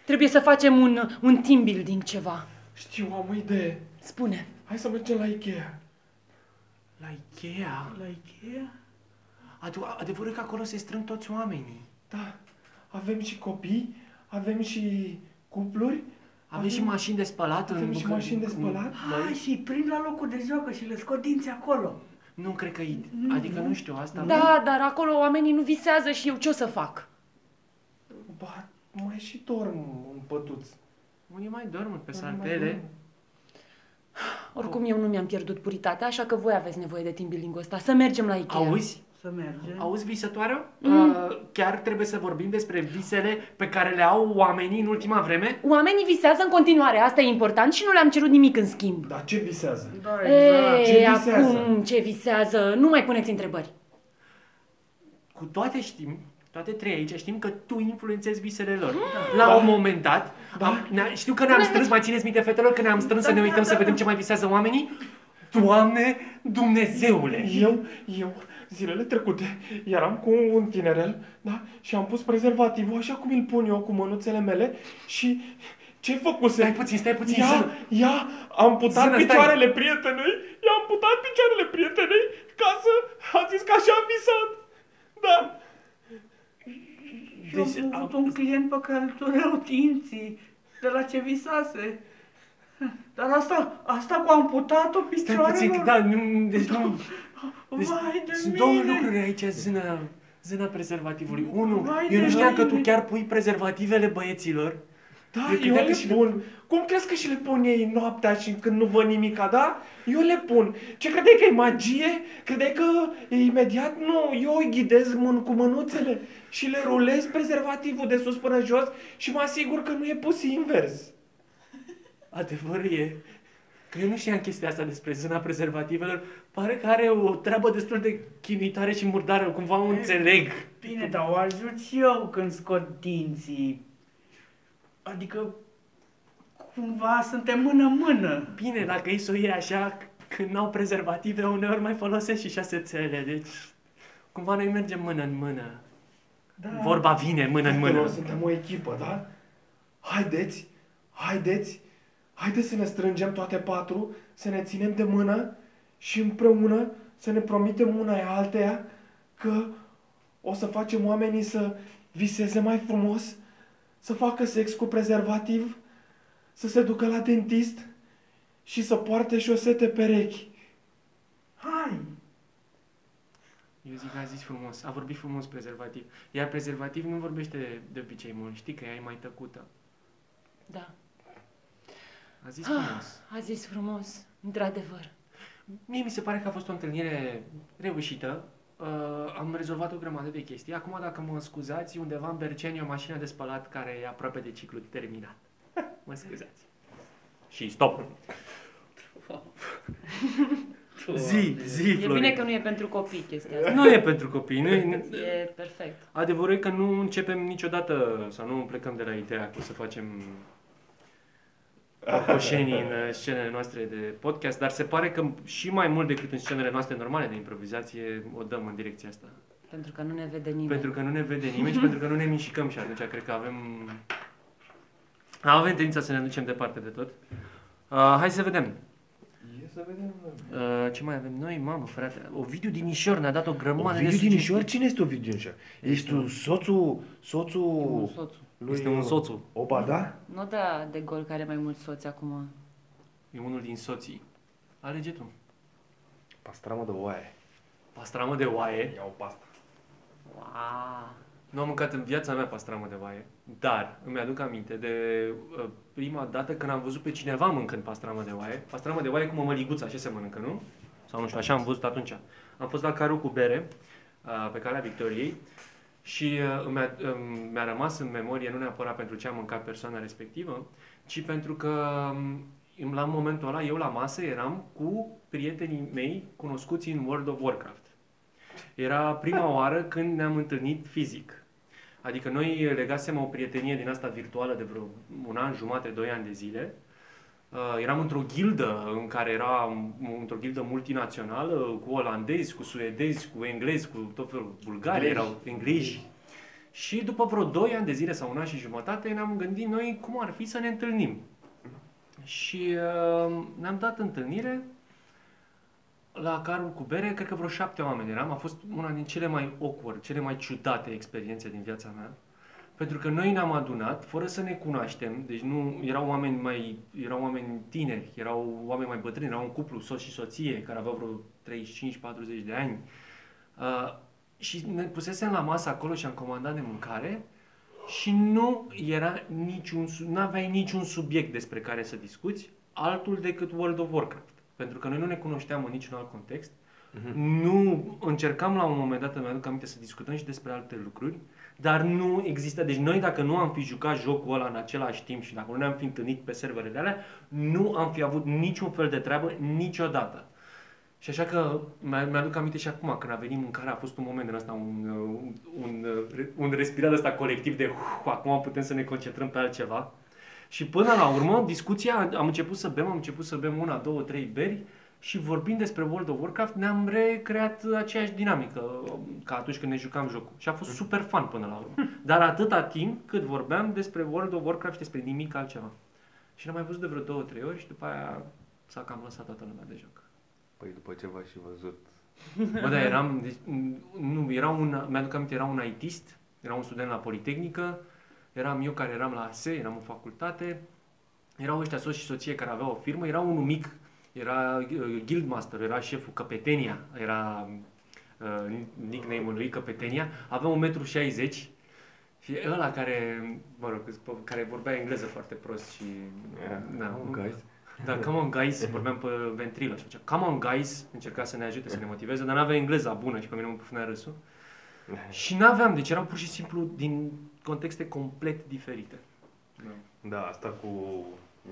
D: Trebuie să facem un, un team building ceva.
B: Știu, am o idee.
D: Spune.
B: Hai să mergem la Ikea.
A: La Ikea.
C: La Ikea?
A: Adu- adevărul e că acolo se strâng toți oamenii.
B: Da, avem și copii, avem și cupluri,
A: Avem și mașini de spălat. în
B: avem și
A: Bucă-
B: mașini de
A: în-
B: spălat.
A: la-
C: Hai și îi prind la locul de joacă și le scot dinții acolo.
A: Nu cred că e. Adică nu știu asta. nu-
D: Da, dar acolo oamenii nu visează și eu ce o să fac?
B: Ba, mai și dorm în pătuț.
A: Unii mai dorm pe
B: Unii mai
A: santele.
B: dorm.
D: Oricum eu nu mi-am pierdut puritatea, așa că voi aveți nevoie de team building-ul ăsta. Să mergem la Ikea.
A: Auzi?
C: Să mergem.
A: Auzi, visătoare?
B: Mhm.
A: Uh, chiar trebuie să vorbim despre visele pe care le au oamenii în ultima vreme?
D: Oamenii visează în continuare, asta e important și nu le-am cerut nimic în schimb.
B: Dar ce visează?
C: Da, exact.
D: Ei,
B: Ce visează?
D: acum ce visează? Nu mai puneți întrebări.
A: Cu toate știm, toate trei aici, știm că tu influențezi visele
B: Mhm.
A: lor. Da. La un moment dat,
B: Da.
A: am, ne știu că ne-am strâns, mai țineți minte, fetelor, că ne-am strâns să ne uităm
B: da.
A: să vedem ce mai visează oamenii? Doamne Dumnezeule!
B: Eu, eu, zilele trecute, eram cu un tinerel, da? Și am pus prezervativul așa cum îl pun eu cu mânuțele mele și ce făcuse?
A: Stai puțin, stai puțin,
B: Ia,
A: Zână.
B: ia, am putat
A: Zână, stai.
B: picioarele prietenei, i-am putat picioarele prietenei ca să, a zis că așa am visat. Da,
C: Eu
A: Deci,
C: am avut un client pe care îl tureau dinții de la ce visase. Dar asta, asta cu amputatul
A: Stai puțin, că
C: picioarelor?
A: da, nu, deci nu... Deci,
C: Vai de
A: sunt
C: mine!
A: două lucruri aici, zâna, zâna prezervativului. Unu,
C: Vai
A: eu
C: de
A: nu știam că
C: mine!
A: tu chiar pui prezervativele băieților.
B: da,
A: Eu
B: eu,
A: credeam că
B: le
A: și-
B: pun. Cum crezi că și le pun ei noaptea și când nu văd nimica, da? Eu le pun. Ce credeai că e magie? Credeai că e imediat? Nu, eu îi ghidez mân cu mânuțele și le rulez prezervativul de sus până jos și mă asigur că nu e pus invers.
A: Adevărul e Că eu nu știam chestia asta despre zona prezervativelor. Pare că are o treabă destul de chinuitoare și murdară. Cumva o înțeleg.
C: Bine, dar o ajut și eu când scot dinții. Adică, cumva suntem mână-mână.
A: Bine, dacă ei s-o iei așa, când n-au prezervative, uneori mai folosesc și șase țele. Deci, cumva noi mergem mână în mână. Da. Vorba vine mână în mână.
F: Noi suntem o echipă, da? Haideți, haideți, haideți să ne strângem toate patru, să ne ținem de mână și împreună să ne promitem una e alteia că o să facem oamenii să viseze mai frumos, să facă sex cu prezervativ, să se ducă la dentist și să poarte șosete perechi.
C: Hai!
A: Eu zic că a zis frumos, a vorbit frumos prezervativ. Iar prezervativ nu vorbește de obicei mult, știi că ea e mai tăcută.
E: Da.
A: A zis frumos.
E: A zis frumos, într-adevăr.
A: Mie mi se pare că a fost o întâlnire reușită. Uh, am rezolvat o grămadă de chestii. Acum, dacă mă scuzați, undeva în Berceni e o mașină de spălat care e aproape de ciclu terminat. Mă scuzați. Și stop. Zi, zi,
E: E
A: Florin.
E: bine că nu e pentru copii chestia asta.
A: Nu e pentru copii. Nu
E: Păi,
A: e...
E: E perfect.
A: Adevărul e că nu începem niciodată sau nu plecăm de la ideea că o să facem cocoșenii în uh, scenele noastre de podcast, dar se pare că și mai mult decât în scenele noastre normale de improvizație o dăm în direcția asta.
E: Pentru că nu ne vede nimeni.
A: Pentru că nu ne vede nimeni și pentru că nu ne mișcăm și atunci cred că avem avem tendința să ne ducem departe de tot. Uh, hai să vedem.
B: Ia să vedem.
A: Uh, ce mai avem noi? Mamă, frate, Ovidiu Dinișor ne-a dat o grămadă
F: Ovidiu
A: de
F: Dinișor? Cine este Ovidiu Dinișor? Ești un soțul,
E: Nu,
F: soțul
E: soțul.
F: lui...
A: Este un soțul.
F: Opa, da?
E: Nu da de gol care mai mult soți acum.
A: E unul din soții. Alege tu.
B: Pastramă de oaie.
A: Pastramă de oaie.
B: Iau pasta.
E: Wow.
A: Nu am mâncat în viața mea pastramă de vaie, dar îmi aduc aminte de uh, prima dată când am văzut pe cineva mâncând pastramă de vaie. Pastramă de vaie cu mămăliguța, așa se mănâncă, nu? Sau nu știu, așa am văzut atunci. Am fost la Caru cu bere, uh, pe calea Victoriei, și uh, mi-a, um, mi-a rămas în memorie, nu neapărat pentru ce a mâncat persoana respectivă, ci pentru că um, la momentul ăla, eu la masă eram cu prietenii mei cunoscuți în World of Warcraft. Era prima oară când ne-am întâlnit fizic. Adică noi legasem o prietenie din asta virtuală de vreo un an, jumate, doi ani de zile. Uh, eram într-o ghildă în care era m- într-o ghildă multinațională cu olandezi, cu suedezi, cu englezi, cu tot felul bulgari,
B: Englezi.
A: erau englezi. Și după vreo 2 ani de zile sau un an și jumătate ne-am gândit noi cum ar fi să ne întâlnim. Și uh, ne-am dat întâlnire la carul cu bere, cred că vreo șapte oameni eram. A fost una din cele mai awkward, cele mai ciudate experiențe din viața mea. Pentru că noi ne-am adunat fără să ne cunoaștem, deci nu erau oameni mai erau oameni tineri, erau oameni mai bătrâni, erau un cuplu, soț și soție, care aveau vreo 35-40 de ani. Uh, și ne pusesem la masă acolo și am comandat de mâncare și nu era niciun, nu aveai niciun subiect despre care să discuți, altul decât World of Warcraft. Pentru că noi nu ne cunoșteam în niciun alt context. Nu încercam la un moment dat, îmi aduc aminte, să discutăm și despre alte lucruri, dar nu există. Deci noi dacă nu am fi jucat jocul ăla în același timp și dacă nu ne-am fi întâlnit pe serverele alea, nu am fi avut niciun fel de treabă niciodată. Și așa că mi- mi-aduc aminte și acum, când a venit mâncarea, a fost un moment din ăsta, un, uh, un, un, uh, re- un respirat ăsta colectiv de "Uf, acum putem să ne concentrăm pe altceva. Și până la urmă, discuția, am început să bem, am început să bem una, două, trei beri și vorbind despre World of Warcraft ne-am recreat aceeași dinamică ca atunci când ne jucam jocul. Și a fost super fun până la urmă. Dar atâta timp cât vorbeam despre World of Warcraft și despre nimic altceva. Și ne-am mai văzut de vreo două, trei ori și după aia s-a cam lăsat toată lumea de joc.
B: Păi după ce v-aș și văzut.
A: Bă, da, eram, deci, m- nu, era un, mi-aduc aminte, era un ITist, era un student la Politehnică, eram eu care eram la ASE, eram în facultate, erau ăștia soți și soție care aveau o firmă, era unul mic, era uh, guildmaster, era șeful Căpetenia, era uh, nickname-ul lui Căpetenia, avea 1,60 m și ăla care, mă rog, care vorbea engleză foarte prost și...
B: Yeah.
A: da,
B: Come on,
A: nu-
B: guys.
A: da, come on guys, vorbeam pe ventrilă și făcea come on guys, încerca să ne ajute, să ne motiveze, dar n-avea engleza bună și pe mine mă pufnea râsul. Și n-aveam, deci erau pur și simplu din contexte complet diferite.
B: Da, asta cu...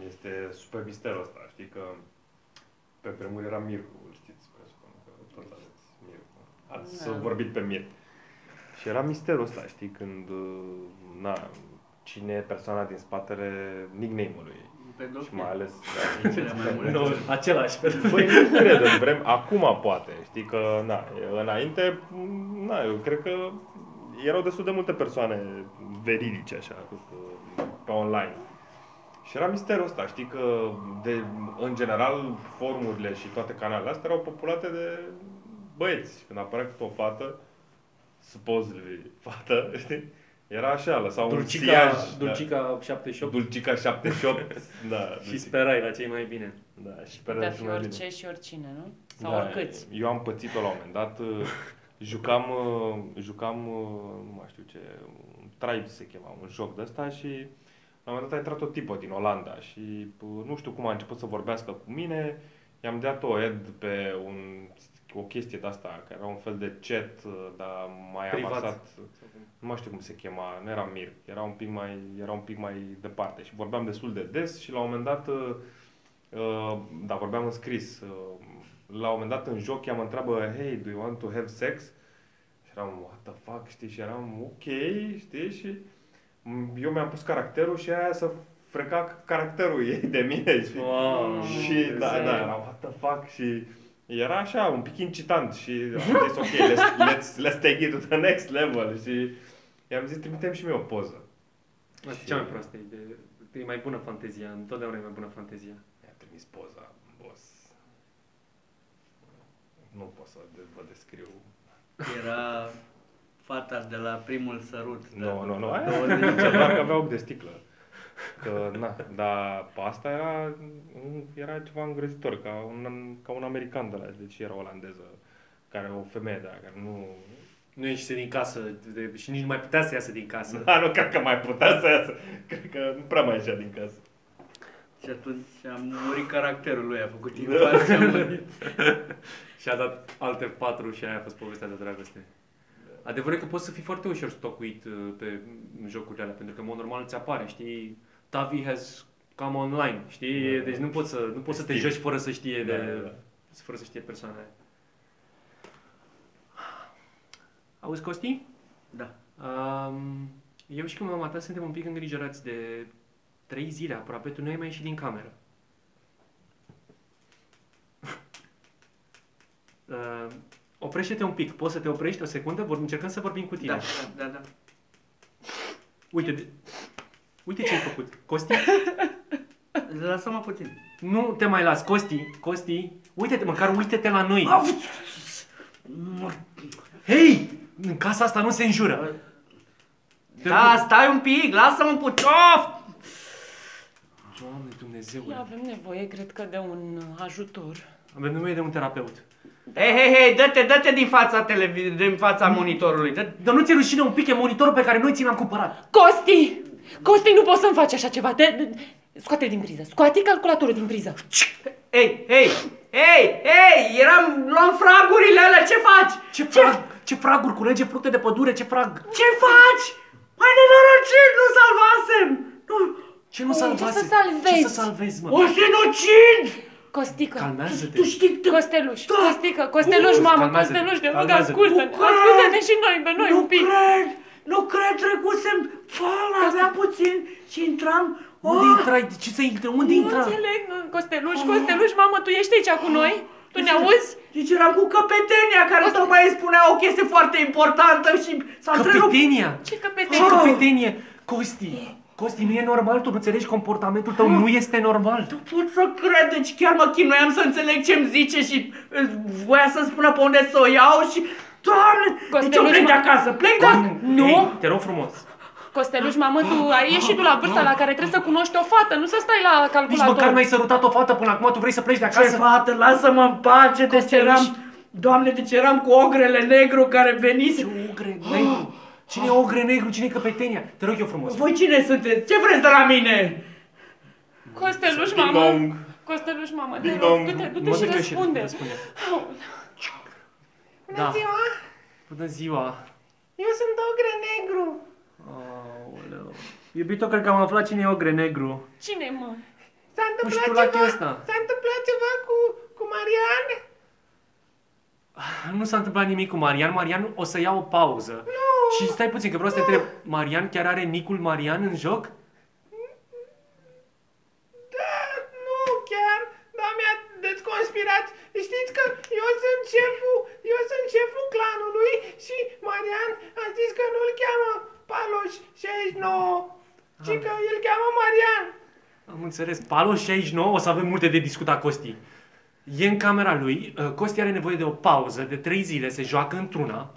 B: Este super misterul ăsta, știi că Pe vremuri era Mircu, îl știți, presupun că tot aveți Mircu. Ați
G: Da.
B: da. vorbit pe Mircu. Și era misterul ăsta, știi, când, na, cine e persoana din spatele nickname-ului ei.
C: Pe doc,
B: Și mai ales... da,
C: Cele mai multe.
E: Nu, același.
B: Băi, Păi, nu cred în vrem, acum poate, știi că, na, înainte, na, eu cred că erau destul de multe persoane veridice, așa, cu- cu- pe online. Și era misterul ăsta, știi că, de, în general, formurile și toate canalele astea erau populate de băieți. Când apărea câte o fată, supposedly fată, știi? Era așa, lăsau un
E: Dulcica,
B: siaj.
E: Dulcica
B: da.
E: 78
B: Dulcica 78, da.
E: și
B: Dulcica.
E: sperai la cei mai bine.
B: Da, și
G: Putea
B: sperai
G: fi
B: și mai bine. Da.
G: orice și oricine, nu? Sau oricâți.
B: Eu am pățit-o la un moment dat. uh, Jucam, uh, jucam uh, nu mai știu ce, un Tribe se chema, un joc de ăsta și la un moment dat a intrat o tipă din Olanda și uh, nu știu cum a început să vorbească cu mine. I-am dat o ad pe un, o chestie de asta, care era un fel de chat, uh, dar mai
E: Privat.
B: avansat. Nu mai știu cum se chema, nu era Mir, era un pic mai, era un pic mai departe și vorbeam destul de des și la un moment dat uh, Uh, da, vorbeam în scris. Uh, la un moment dat în joc ea mă întreabă, hey, do you want to have sex? Și eram, what the fuck, știi? Și eram, ok, știi? Și m- eu mi-am pus caracterul și aia să freca caracterul ei de mine, știi?
E: Wow,
B: și da, da, eram, what the fuck? Și era așa, un pic incitant și am zis, ok, let's, let's, let's take it to the next level. Și i-am zis, trimitem și mie o poză.
E: Asta e cea mai proastă idee. E mai bună fantezia, întotdeauna e mai bună fantezia.
B: Mi-a trimis poza, boss. Nu pot să de- vă descriu.
C: Era fata de la primul sărut.
B: Nu, nu, nu, aia
C: Două
B: e
C: zile.
B: doar că avea ochi de sticlă. Că, na, dar pe asta era, era ceva îngrozitor, ca un, ca un american de la, deci era olandeză, care o femeie de aia, care nu...
E: Nu ieșise din casă de, și nici nu mai putea să iasă din casă.
B: Da, nu cred că mai putea să iasă, cred că nu prea mai ieșea din casă.
C: Și atunci am murit caracterul lui, a făcut infarct și am murit.
E: Și a dat alte patru și aia a fost povestea de dragoste. Adevărul e că poți să fii foarte ușor stocuit uh, pe mm, jocurile alea, pentru că, în mod normal, îți apare, știi? Tavi has come online, știi?
B: Da.
E: Deci nu poți să, nu poți să te
B: Știi.
E: joci fără să știe
B: Da,
E: de,
B: da, da.
E: fără să știe persoana aia. Auzi, Costi?
C: Da.
E: Um, eu și cu mama ta suntem un pic îngrijorați de trei zile aproape, tu nu ai mai ieșit din cameră. Uh, oprește-te un pic, poți să te oprești o secundă? Vor, încercăm să vorbim cu tine.
C: Da, da, da, da.
E: Uite, de... Uite ce ai făcut. Costi,
C: Lasă-mă puțin.
E: nu te mai las. Costi, Costi, uite-te, măcar uite-te la noi. Hei! În casa asta nu se înjură.
C: Da, stai un pic, lasă-mă puțin. Of!
E: Doamne
G: Ia,
E: Dumnezeule,
G: Avem nevoie, cred că, de un uh, ajutor.
E: avem nevoie de un terapeut.
C: Hei, hei, hei, dă-te, dă-te din fața, televi- din fața monitorului. Dă
E: Dar nu ți-e rușine un pic e monitorul pe care noi ți l-am cumpărat.
D: Costi! Costi, nu poți să-mi faci așa ceva. Te... Scoate din priză. Scoate calculatorul din priză.
C: Ei, ei, ei, ei, eram, luam fragurile alea, ce faci?
E: Ce frag? Ce fraguri culege fructe de pădure, ce frag?
C: Ce faci? Mai nenorocit, nu salvasem! Nu,
E: Ce nu salvase?
D: să salvezi?
E: Ce să salvezi, mă?
C: o sinucid!
D: Costică.
E: Calmează-te.
C: Tu știi că
D: Costeluș, Costică, Costeluș, mamă,
E: Calmează-te,
D: Costeluș, te rog,
E: calmează-te.
D: ascultă-ne,
C: Bucură!
D: ascultă-ne și noi, pe noi
C: nu
D: un pic.
C: cred, nu cred, trecusem, fala, avea puțin și intram,
E: Unde
C: oh,
E: intrai? De ce să intre? Unde
D: Ah! Nu
E: intra?
D: înțeleg, nu, Costeluș, Costeluș, mamă, tu ești aici cu noi? Tu ne auzi?
C: deci eram cu căpetenia care tocmai îi spunea o chestie foarte importantă și s-a întrerupt.
E: Căpetenia!
D: Ce
E: Ce
D: căpete?
C: Ah!
E: căpetenie? Costi! Costi, nu e normal, tu nu înțelegi comportamentul tău, nu este normal.
C: Pot să cred, deci chiar mă chinuiam să înțeleg ce-mi zice și uh, voia să-mi spună pe unde să o iau și... Doamne,
D: Costel,
C: deci eu
D: nu-i
C: plec de
D: mă-
C: acasă, plec de acasă!
D: Nu.
E: Ei, te rog frumos.
D: Costeluș, mamă, tu ai ieșit tu la vârsta la care trebuie să cunoști o fată, nu să stai la
E: Nici măcar
D: calculator.
E: n-ai sărutat o fată până acum, tu vrei să pleci de
C: Ce
E: acasă?
C: fată, lasă-mă în pace, deci
D: Costeluș.
C: eram... Doamne, deci eram cu ogrele negru care venise...
E: Ce ogre
D: Ah!
E: negru? Cine e ogre negru? Cine e căpetenia? Te rog eu frumos.
C: Voi cine sunteți? Ce vreți de la mine?
D: Costeluș,
B: Ding
D: mamă,
B: dong.
D: Costeluș, mamă, te
B: Ding
D: rog,
B: dong.
D: du-te,
E: Mă
D: du-te
E: duc
D: și
E: eu și
D: răspunde.
E: răspunde.
D: Aoleu.
E: Da. Bună ziua!
D: Eu sunt ogre negru.
E: Aoleu. Iubito, cred că am aflat cine e ogre negru.
D: Cine, mă?
E: Nu știu la chestia.
A: S-a întâmplat ceva cu, cu Marian?
E: Nu s-a întâmplat nimic cu Marian. Marian o să ia o pauză. Nu! Și stai puțin, că vreau să te întreb. Marian chiar are nicul Marian în joc?
A: Da, nu chiar, dar mi-a dezconspirat. Știți că eu sunt șeful, eu sunt șeful clanului și Marian a zis că nu-l cheamă Paloș 69, ci că îl cheamă Marian.
E: Am înțeles. Palo 69, o să avem multe de discutat, Costi. E în camera lui, uh, Costi are nevoie de o pauză, de trei zile, se joacă într-una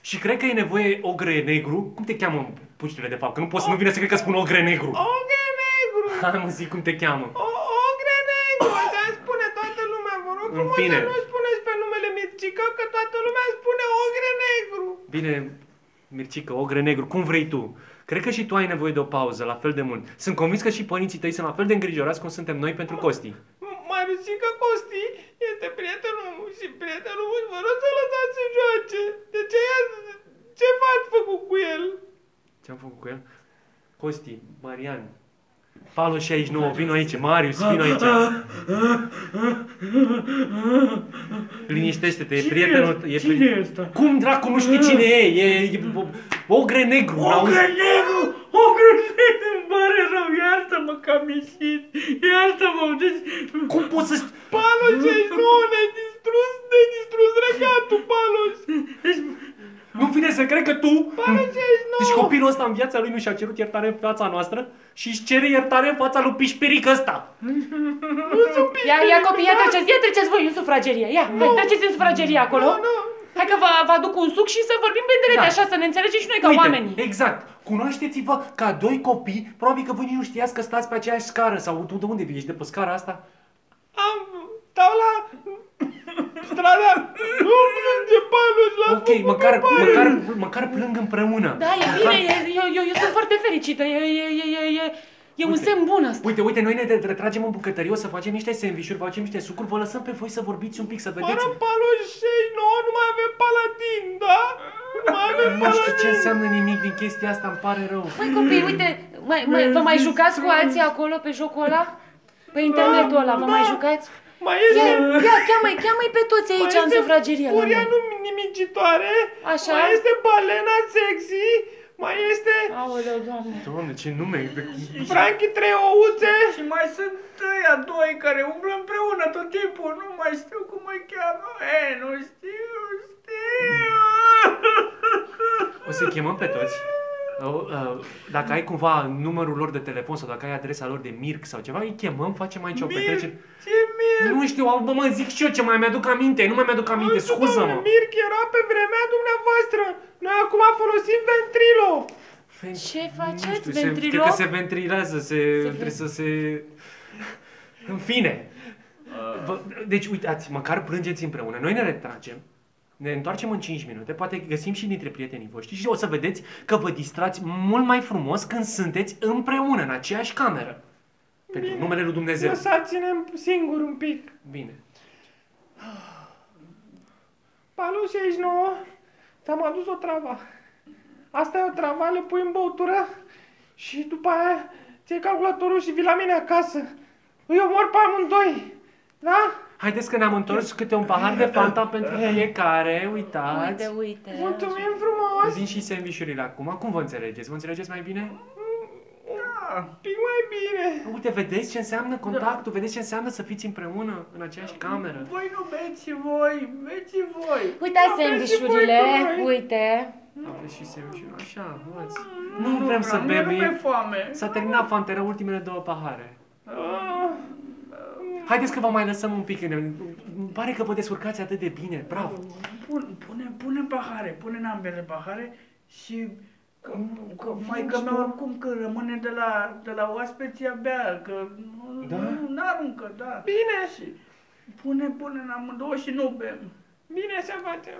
E: și cred că e nevoie ogre negru. Cum te cheamă puștile de fapt? Că nu pot să nu vină să cred că spun ogre negru.
A: Ogre negru,
E: Am zi cum te cheamă.
A: o, ogre negru, dar spune toată lumea, vă rog
E: În
A: frumos
E: fine.
A: să nu spuneți pe numele Mircica, că toată lumea spune ogre negru.
E: Bine, Mircică, ogre negru, cum vrei tu. Cred că și tu ai nevoie de o pauză, la fel de mult. Sunt convins că și părinții tăi sunt la fel de îngrijorați cum suntem noi pentru Costi.
A: Mariusica Costi este prietenul și prietenul meu, vă rog să lăsați să joace. De ce ea, ce v-ați făcut cu el?
E: Ce am făcut cu el? Costi, Marian, Palo 69, vino aici, Marius, vino aici. Liniștește-te, e prietenul... E cine e ăsta? Cum dracu nu știi cine e? E, e o- ogre negru, ogre
C: Îmi pare rău, iartă-mă că am ieșit, iartă-mă, deci...
E: Cum poți să...
A: Palos ești nou, ne-ai distrus, ne-ai distrus regatul, Palos.
E: Nu vine să cred că tu...
A: Palos ești nou.
E: Deci copilul ăsta în viața lui nu și-a cerut iertare în fața noastră și își cere iertare în fața lui Pișpiric ăsta.
D: Ia, ia copii, ia treceți, ia treceți voi în sufragerie, ia, no. treceți în sufragerie acolo.
A: Nu, nu.
D: Hai că vă, vă aduc un suc și să vorbim pe drepte,
E: Da.
D: așa, să ne înțelegem și noi ca oamenii.
E: exact. Cunoașteți-vă ca doi copii, probabil că voi nici nu știați că stați pe aceeași scară sau tu de unde vii, ești de pe scara asta?
A: Am, stau la strada. Nu plânge, Palos, la
E: Ok, măcar, măcar, măcar plâng împreună.
D: Da, e bine, e, eu, eu, eu sunt foarte fericită, e, e, e, e, e, e un
E: Uite.
D: semn bun ăsta.
E: Uite, uite, noi ne de- retragem în bucătărie, o să facem niște sandvișuri, facem niște sucuri, vă lăsăm pe voi să vorbiți un pic, să vedeți.
A: Fără Palos 69 nu mai avem paladin, da? Nu mai avem
E: Nu
A: paladin.
E: știu ce înseamnă nimic din chestia asta, îmi pare rău.
D: Măi copii,
A: Mm.
D: uite, mai, mai, vă mai jucați cu alții acolo pe jocul ăla? Pe internetul ăla, vă mai jucați?
A: Da, Mai
D: Ia,
A: este...
D: ia, cheamă-i, cheamă-i pe toți aici în sufragerie. la
A: Furia
D: noi.
A: nu nimicitoare,
D: Așa.
A: mai este balena sexy, mai este
D: Aoleu, doamne.
E: Doamne, ce nume!
A: Frankie trei ouțe.
C: Și mai sunt ăia doi care umblă împreună tot timpul, nu mai știu cum îi cheamă. E, nu știu, știu.
E: O să chemăm pe toți. Uh, uh, Dacă ai cumva numărul lor de telefon sau dacă ai adresa lor de Mirc sau ceva, îi chemăm, facem aici o petrecere.
A: Ce mir!
E: Nu știu, au- bă, mă zic și eu ce mai mi-aduc aminte, nu mai mi-aduc aminte, scuză-mă.
A: Mirc era pe vremea dumneavoastră. Noi acum folosim ventrilo.
E: Fen-
D: Deci, Ce
E: Nu
D: faceți,
E: știu, se, cred
D: ventriloc?
E: că se ventrilează, se, trebuie să se... În fine. Vă, deci, uitați, măcar plângeți împreună. Noi ne retragem, ne întoarcem în 5 minute, poate găsim și dintre prietenii voștri și o să vedeți că vă distrați mult mai frumos când sunteți împreună, în aceeași cameră. Pentru numele lui Dumnezeu.
A: Lăsați-ne singur un pic.
E: Bine.
A: Palu 69, ți-am adus o trava. Asta e o trava, le pui în băutură și după aia ți calculatorul și vii la mine acasă. Îi omor pe amândoi. Da?
E: Haideți că ne-am întors câte un pahar de Fanta pentru fiecare, uitați.
D: Uite, uite.
A: Mulțumim frumos!
E: Vin și sandvișurile acum. Cum vă înțelegeți? Vă înțelegeți mai bine?
A: Un pic Da, mai bine.
E: Uite, vedeți ce înseamnă contactul, vedeți ce înseamnă să fiți împreună în aceeași cameră.
C: Voi nu beți și voi, beți și voi.
D: Uitați
A: Da,
D: sandvișurile,
A: vezi și voi, băi.
D: uite.
E: Aveți și sandvișuri, așa, luați. Nu vrem să bem,
C: mi
E: e-
C: foame.
E: s-a terminat fantera, ultimele două pahare.
A: Ah,
E: Haideți că vă mai lăsăm un pic, ne- îmi pare că vă descurcați atât de bine, bravo.
C: Pun, pune, pune în pahare, pune în ambele pahare și că, că mai că mea oricum că rămâne de la, de la oaspeții abia, că nu,
E: Da?
C: nu, n-aruncă, da.
A: Bine.
C: Și pune, pune în amândouă și nu bem.
A: Bine așa facem.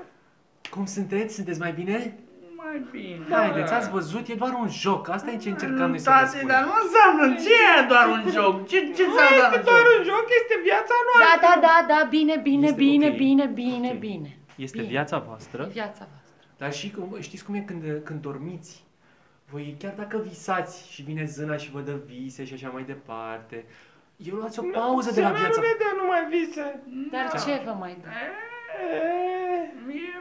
E: Cum sunteți? Sunteți mai bine?
C: Mai bine.
E: Haideți, ați văzut, e doar un joc, asta e ce încercăm noi să vă
C: Tati, dar
E: spunem.
C: nu înseamnă, ce e doar un joc? Ce, ce
A: Nu
C: înseamnă
A: este doar un joc, este viața
D: Da,
A: noastră.
D: da, da, da, bine, bine,
E: Este
D: bine,
E: ok.
D: bine, bine,
E: Ok.
D: bine.
E: Este
D: Bine.
E: viața
A: Da?
E: voastră,
D: Viața voastră.
E: dar și cum, știți cum e când, când dormiți? Voi, chiar dacă visați și vine zâna și vă dă vise și așa mai departe, Eu luați o pauză de la viața.
F: Nu vedea numai vise.
D: Dar
A: Da.
C: Da.
D: ce vă mai dă?
C: Eh,
F: Mie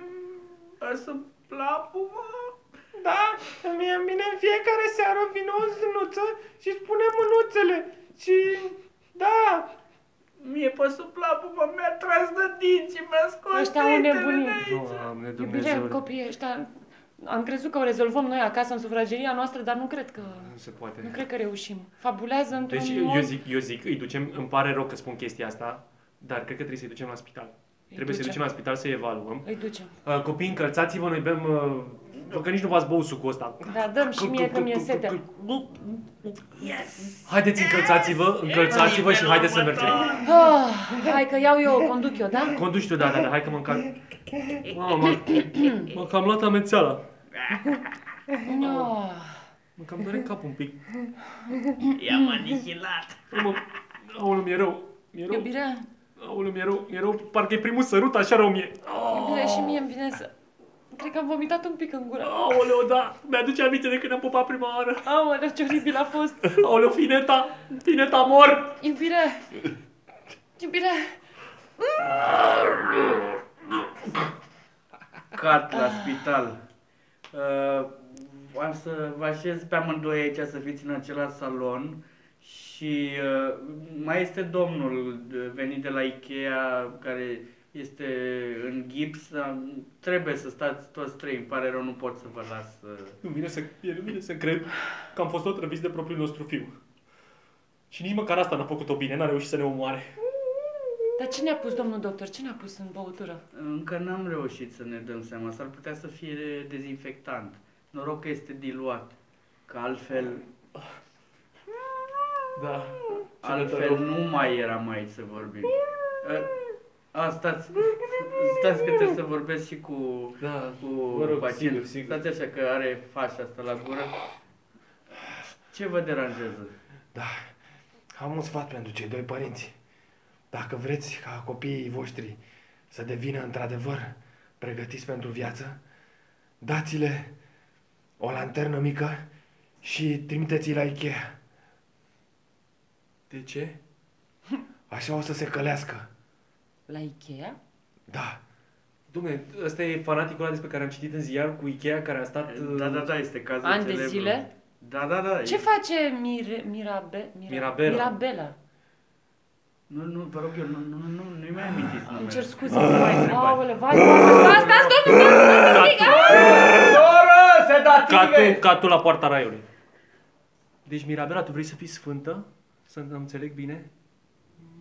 F: să plapu, Da, mie îmi vine în fiecare seară vine o zinuță și spune mânuțele. Și da, mie pe suplapul mă mi-a tras de dinții, mi-a scos
D: Ăștia au
F: dintele
D: nebunit.
F: de aici.
E: Doamne,
D: Iubire,
E: Dumnezeu.
D: copiii ăștia... Am crezut că o rezolvăm noi acasă în sufrageria noastră, dar nu cred că...
E: Nu se
D: Nu
E: poate.
D: cred că reușim. Fabulează într-un
E: Deci
D: mod...
E: eu zic, eu zic, îi ducem, îmi pare rău că spun chestia asta, dar cred că trebuie să-i ducem la spital.
D: Îi
E: Trebuie să-i
D: ducem.
E: ducem la spital să-i evaluăm.
D: Îi ducem.
E: Uh, Copii, încălțați-vă, noi bem... uh, Vă că nici nu v-ați băut sucul ăsta.
D: Da, dăm și mie că mi-e sete.
E: Haideți, încălțați-vă, încălțați-vă și haideți să mergem.
D: Ah, hai că iau eu, conduc eu, da?
E: Conduci tu, da, da, da, hai că mă încarc. Mamă, mă cam luat amețeala.
D: No.
E: Mă cam doare capul un pic.
C: I-am anihilat.
E: Mă, aoleu, mi-e rău. Mi-e rău.
D: Iubire,
E: Aoleu, mi-e rău, mi-e rău. Parcă e primul sărut, așa rău mi-e.
D: iubire și mie îmi vine să... Cred că am vomitat un pic în gură.
E: Aoleu, da, mi-aduce aminte de când am pupat prima oară.
D: Aoleu, ce oribil a fost!
E: Aoleu, fineta, fineta mor.
D: Iubire! Iubire!
C: Cat la spital. Uh, am să vă așez pe amândoi aici să fiți în același salon și uh, mai este domnul uh, venit de la Ikea care este în gips. Am- Trebuie să stați toți trei, îmi pare rău, nu pot să vă las. uh,
E: Nu vine să, e, nu vine să cred că am fost tot răviți de propriul nostru fiu. Și nici măcar asta n-a făcut-o bine, n-a reușit să ne omoare.
D: Dar ce ne-a pus domnul doctor? Ce ne-a pus în băutură?
C: Încă n-am reușit să ne dăm seama, s-ar putea să fie dezinfectant. Noroc că este diluat, că altfel,
E: Da.
C: altfel nu mai eram aici să vorbim. A, a stați, stați că trebuie să vorbesc și cu,
E: Da.
C: cu
E: Vă rog,
C: pacientul. Da.
E: sigur, sigur.
C: Stați așa că are fașa asta la gură. Ce vă deranjează?
F: Am un sfat pentru cei doi părinți. Dacă vreți ca copiii voștri să devină într-adevăr pregătiți pentru viață, dați-le o lanternă mică și trimiteți-i la Ikea.
E: De ce?
F: Așa o să se călească.
D: La Ikea?
F: Da.
E: Dumne, ăsta e fanaticul ăla despre care am citit în ziar cu Ikea care a stat... uh,
C: Da, da, da, este cazul
D: Ani de
C: celebru.
D: zile?
C: Da, da, da.
D: Ce
C: e-
D: face Mir- Mirabe- Mira-
E: Mirabela.
D: Mirabela.
C: Nu, nu, vă rog eu, nu, nu, nu, nu-i mai amintiți
D: Îmi
C: numele.
D: cer scuze.
C: Nu mai
D: Aoleu,
C: întrebați.
D: vai, vai, vai, stați, stați,
C: Soră, Adică-
E: Catul, catul la poarta raiului. Deci, Mirabela, tu vrei să fii sfântă? Să îmi înțeleg bine?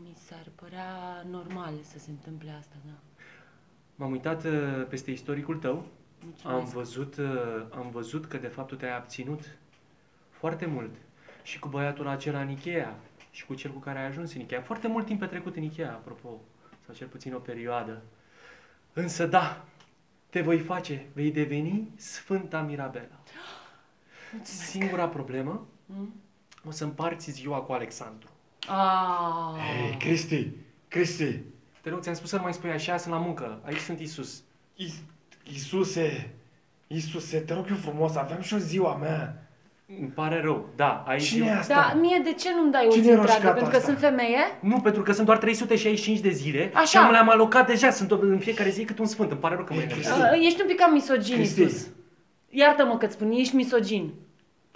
D: Mi s-ar părea normal să se întâmple asta, da.
E: M-am uitat uh, peste istoricul tău. Am
D: Mulțumesc.
E: văzut, uh, am văzut că, de fapt, tu te-ai abținut foarte mult. Și cu băiatul acela în Ikea. Și cu cel cu care ai ajuns în Ikea. Foarte mult timp petrecut în Ikea, apropo. Sau cel puțin o perioadă. Însă, da, te voi face. Vei deveni Sfânta Mirabela. Singura problemă,
D: Mm?
E: o să împarți ziua cu Alexandru.
D: Aaa.
F: Hei, Cristi! Cristi!
E: Te rog, ți-am spus să nu mai spui așa, sunt la muncă. Aici sunt Isus.
F: Is- Isuse! Isuse, te rog eu frumos, aveam și o ziua mea.
E: Îmi pare rău. Da, aici...
F: Cine e asta?
D: Da, mie de ce nu-mi dai o
F: Cine
D: zi
F: e
D: întreagă?
F: roșcata
D: Pentru că
F: asta?
D: sunt femeie?
E: Nu, pentru că sunt doar 365 de zile
D: Așa.
E: și am le-am alocat deja. Sunt în fiecare zi cât un sfânt. Îmi pare rău că mă
F: Ei,
E: enervează.
F: Cristi.
D: A, Ești un pic cam misogin,
F: Cristi.
D: Isus. Iartă-mă că-ți spun, ești misogin.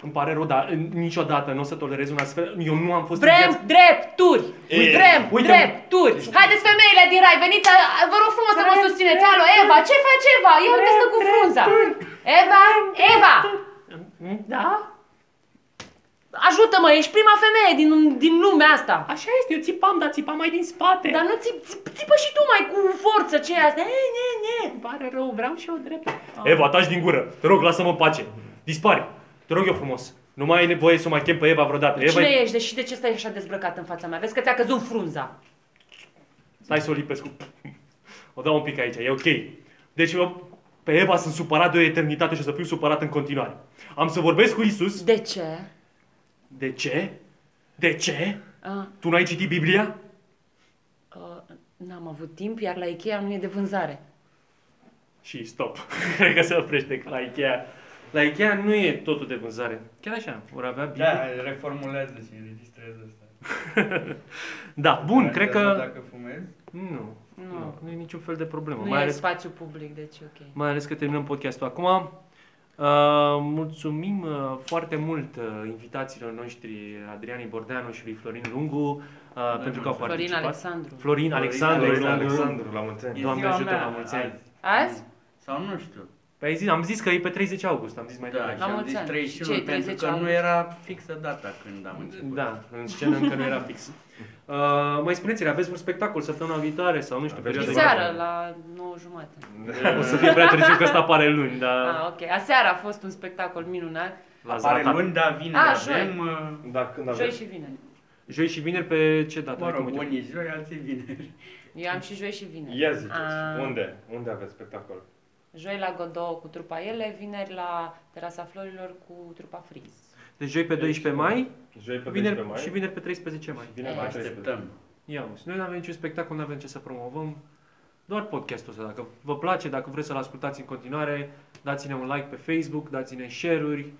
E: Îmi pare rău, dar în- niciodată nu o să tolerez un astfel... Eu nu am fost în viață.
D: Vrem drepturi!
F: Ei,
D: Vrem
E: uite-mă.
D: drepturi! Haideți femeile din rai, veniți, a- a- vă rog frumos să mă susțineți. Alo, Eva, ce faci Eva? Eu uite stă cu frunza. Eva, Eva! Da? Ajută-mă, ești prima femeie din, din lumea asta.
E: Așa este, eu țipam, dar țipam mai din spate.
D: Dar nu ți, ți- țipă și tu mai cu forță ce e asta. E, ne, ne.
E: Îmi pare rău, vreau și eu drept. Eva, taci din gură. Te rog, lasă-mă în pace. Dispari. Te rog eu frumos. Nu mai ai nevoie să o mai chem pe Eva vreodată. Eva,
D: Cine
E: e-
D: ești? Deși de ce stai așa dezbrăcat în fața mea? Vezi că ți-a căzut frunza.
E: Stai să o lipesc cu... O dau un pic aici, e ok. Deci eu pe Eva sunt supărat de o eternitate și o să fiu supărat în continuare. Am să vorbesc cu Isus.
D: De ce?
E: De ce? De ce?
D: A,
E: Tu n-ai citit Biblia?
D: a, n-am avut timp, iar la Ikea nu e de vânzare.
E: Și stop. Cred că se oprește că la Ikea. La Ikea nu e totul de vânzare. Chiar așa, vor avea Biblie.
C: Da, reformulează și înregistrează asta.
E: da, bun, cred că...
H: Dacă fumezi,
E: Nu, nu,
D: Nu.
E: nu e niciun fel de problemă.
D: Nu
E: mai,
D: e
E: ales,
D: spațiu public, deci e ok.
E: mai ales că terminăm podcastul acum. Uh, mulțumim uh, foarte mult uh, invitațiilor noștri, Adriani Bordeanu și lui Florin Lungu, uh, pentru că au
D: Florin
E: participat.
D: Alexandru.
E: Florin Alexandru.
B: Florin
E: Lungu.
B: Alexandru, la mulți ani.
E: Doamne
C: ziua
E: ajută,
C: mea
E: la mulți ani.
C: azi.
D: Azi?
C: Sau nu știu.
E: Păi ai zis, am zis că e pe 30 august, am zis mai
C: Da,
E: devreme.
C: și
D: Păi La
C: am
D: mulți
C: zis
D: ani.
C: 31
D: Ce,
C: pentru
D: 30
C: că nu
D: august?
C: era fixă data când am început.
E: Da, în scenă încă nu era fix. Uh, mai spuneți-ne, aveți un spectacol săptămâna viitoare sau nu știu,
B: Aveți
E: perioada
D: E
B: Azi.
D: seară, la 9 jumate.
E: O să fie prea târziu că asta apare luni, dar
D: Ah, ok. Aseară a fost un spectacol minunat.
E: l-ați
C: Apare
E: ratat.
C: luni, dar vine
D: A,
C: avem... uh,
B: Dar Da, când
D: Joi
B: aveți...
D: și vineri.
E: Joi și vineri pe ce dată?
C: Mă rog,
E: Cum uite?
C: unii joi, alții vineri.
D: Eu am și joi și vineri.
B: Ia ziceți,
D: Ah.
B: unde? Unde aveți spectacol?
D: Joi la Godot cu trupa ele, vineri la Terasa Florilor cu trupa Freeze.
E: Deci joi pe 12 mai,
B: Joi pe 12
E: vineri,
B: mai?
E: și vineri pe 13 mai.
B: Vineri
D: Vă
B: pe 13.
C: Așteptăm.
E: Ia uzi, noi nu avem niciun spectacol, nu avem ce să promovăm, doar podcastul ăsta. Dacă vă place, dacă vreți să-l ascultați în continuare, dați-ne un like pe Facebook, dați-ne share-uri.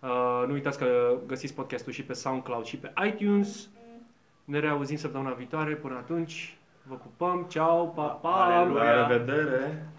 E: Uh, nu uitați că găsiți podcastul și pe SoundCloud și pe iTunes. Ne reauzim săptămâna viitoare. Până atunci, vă pupăm. Ceau, pa, pa!
C: Aleluia!
B: La revedere!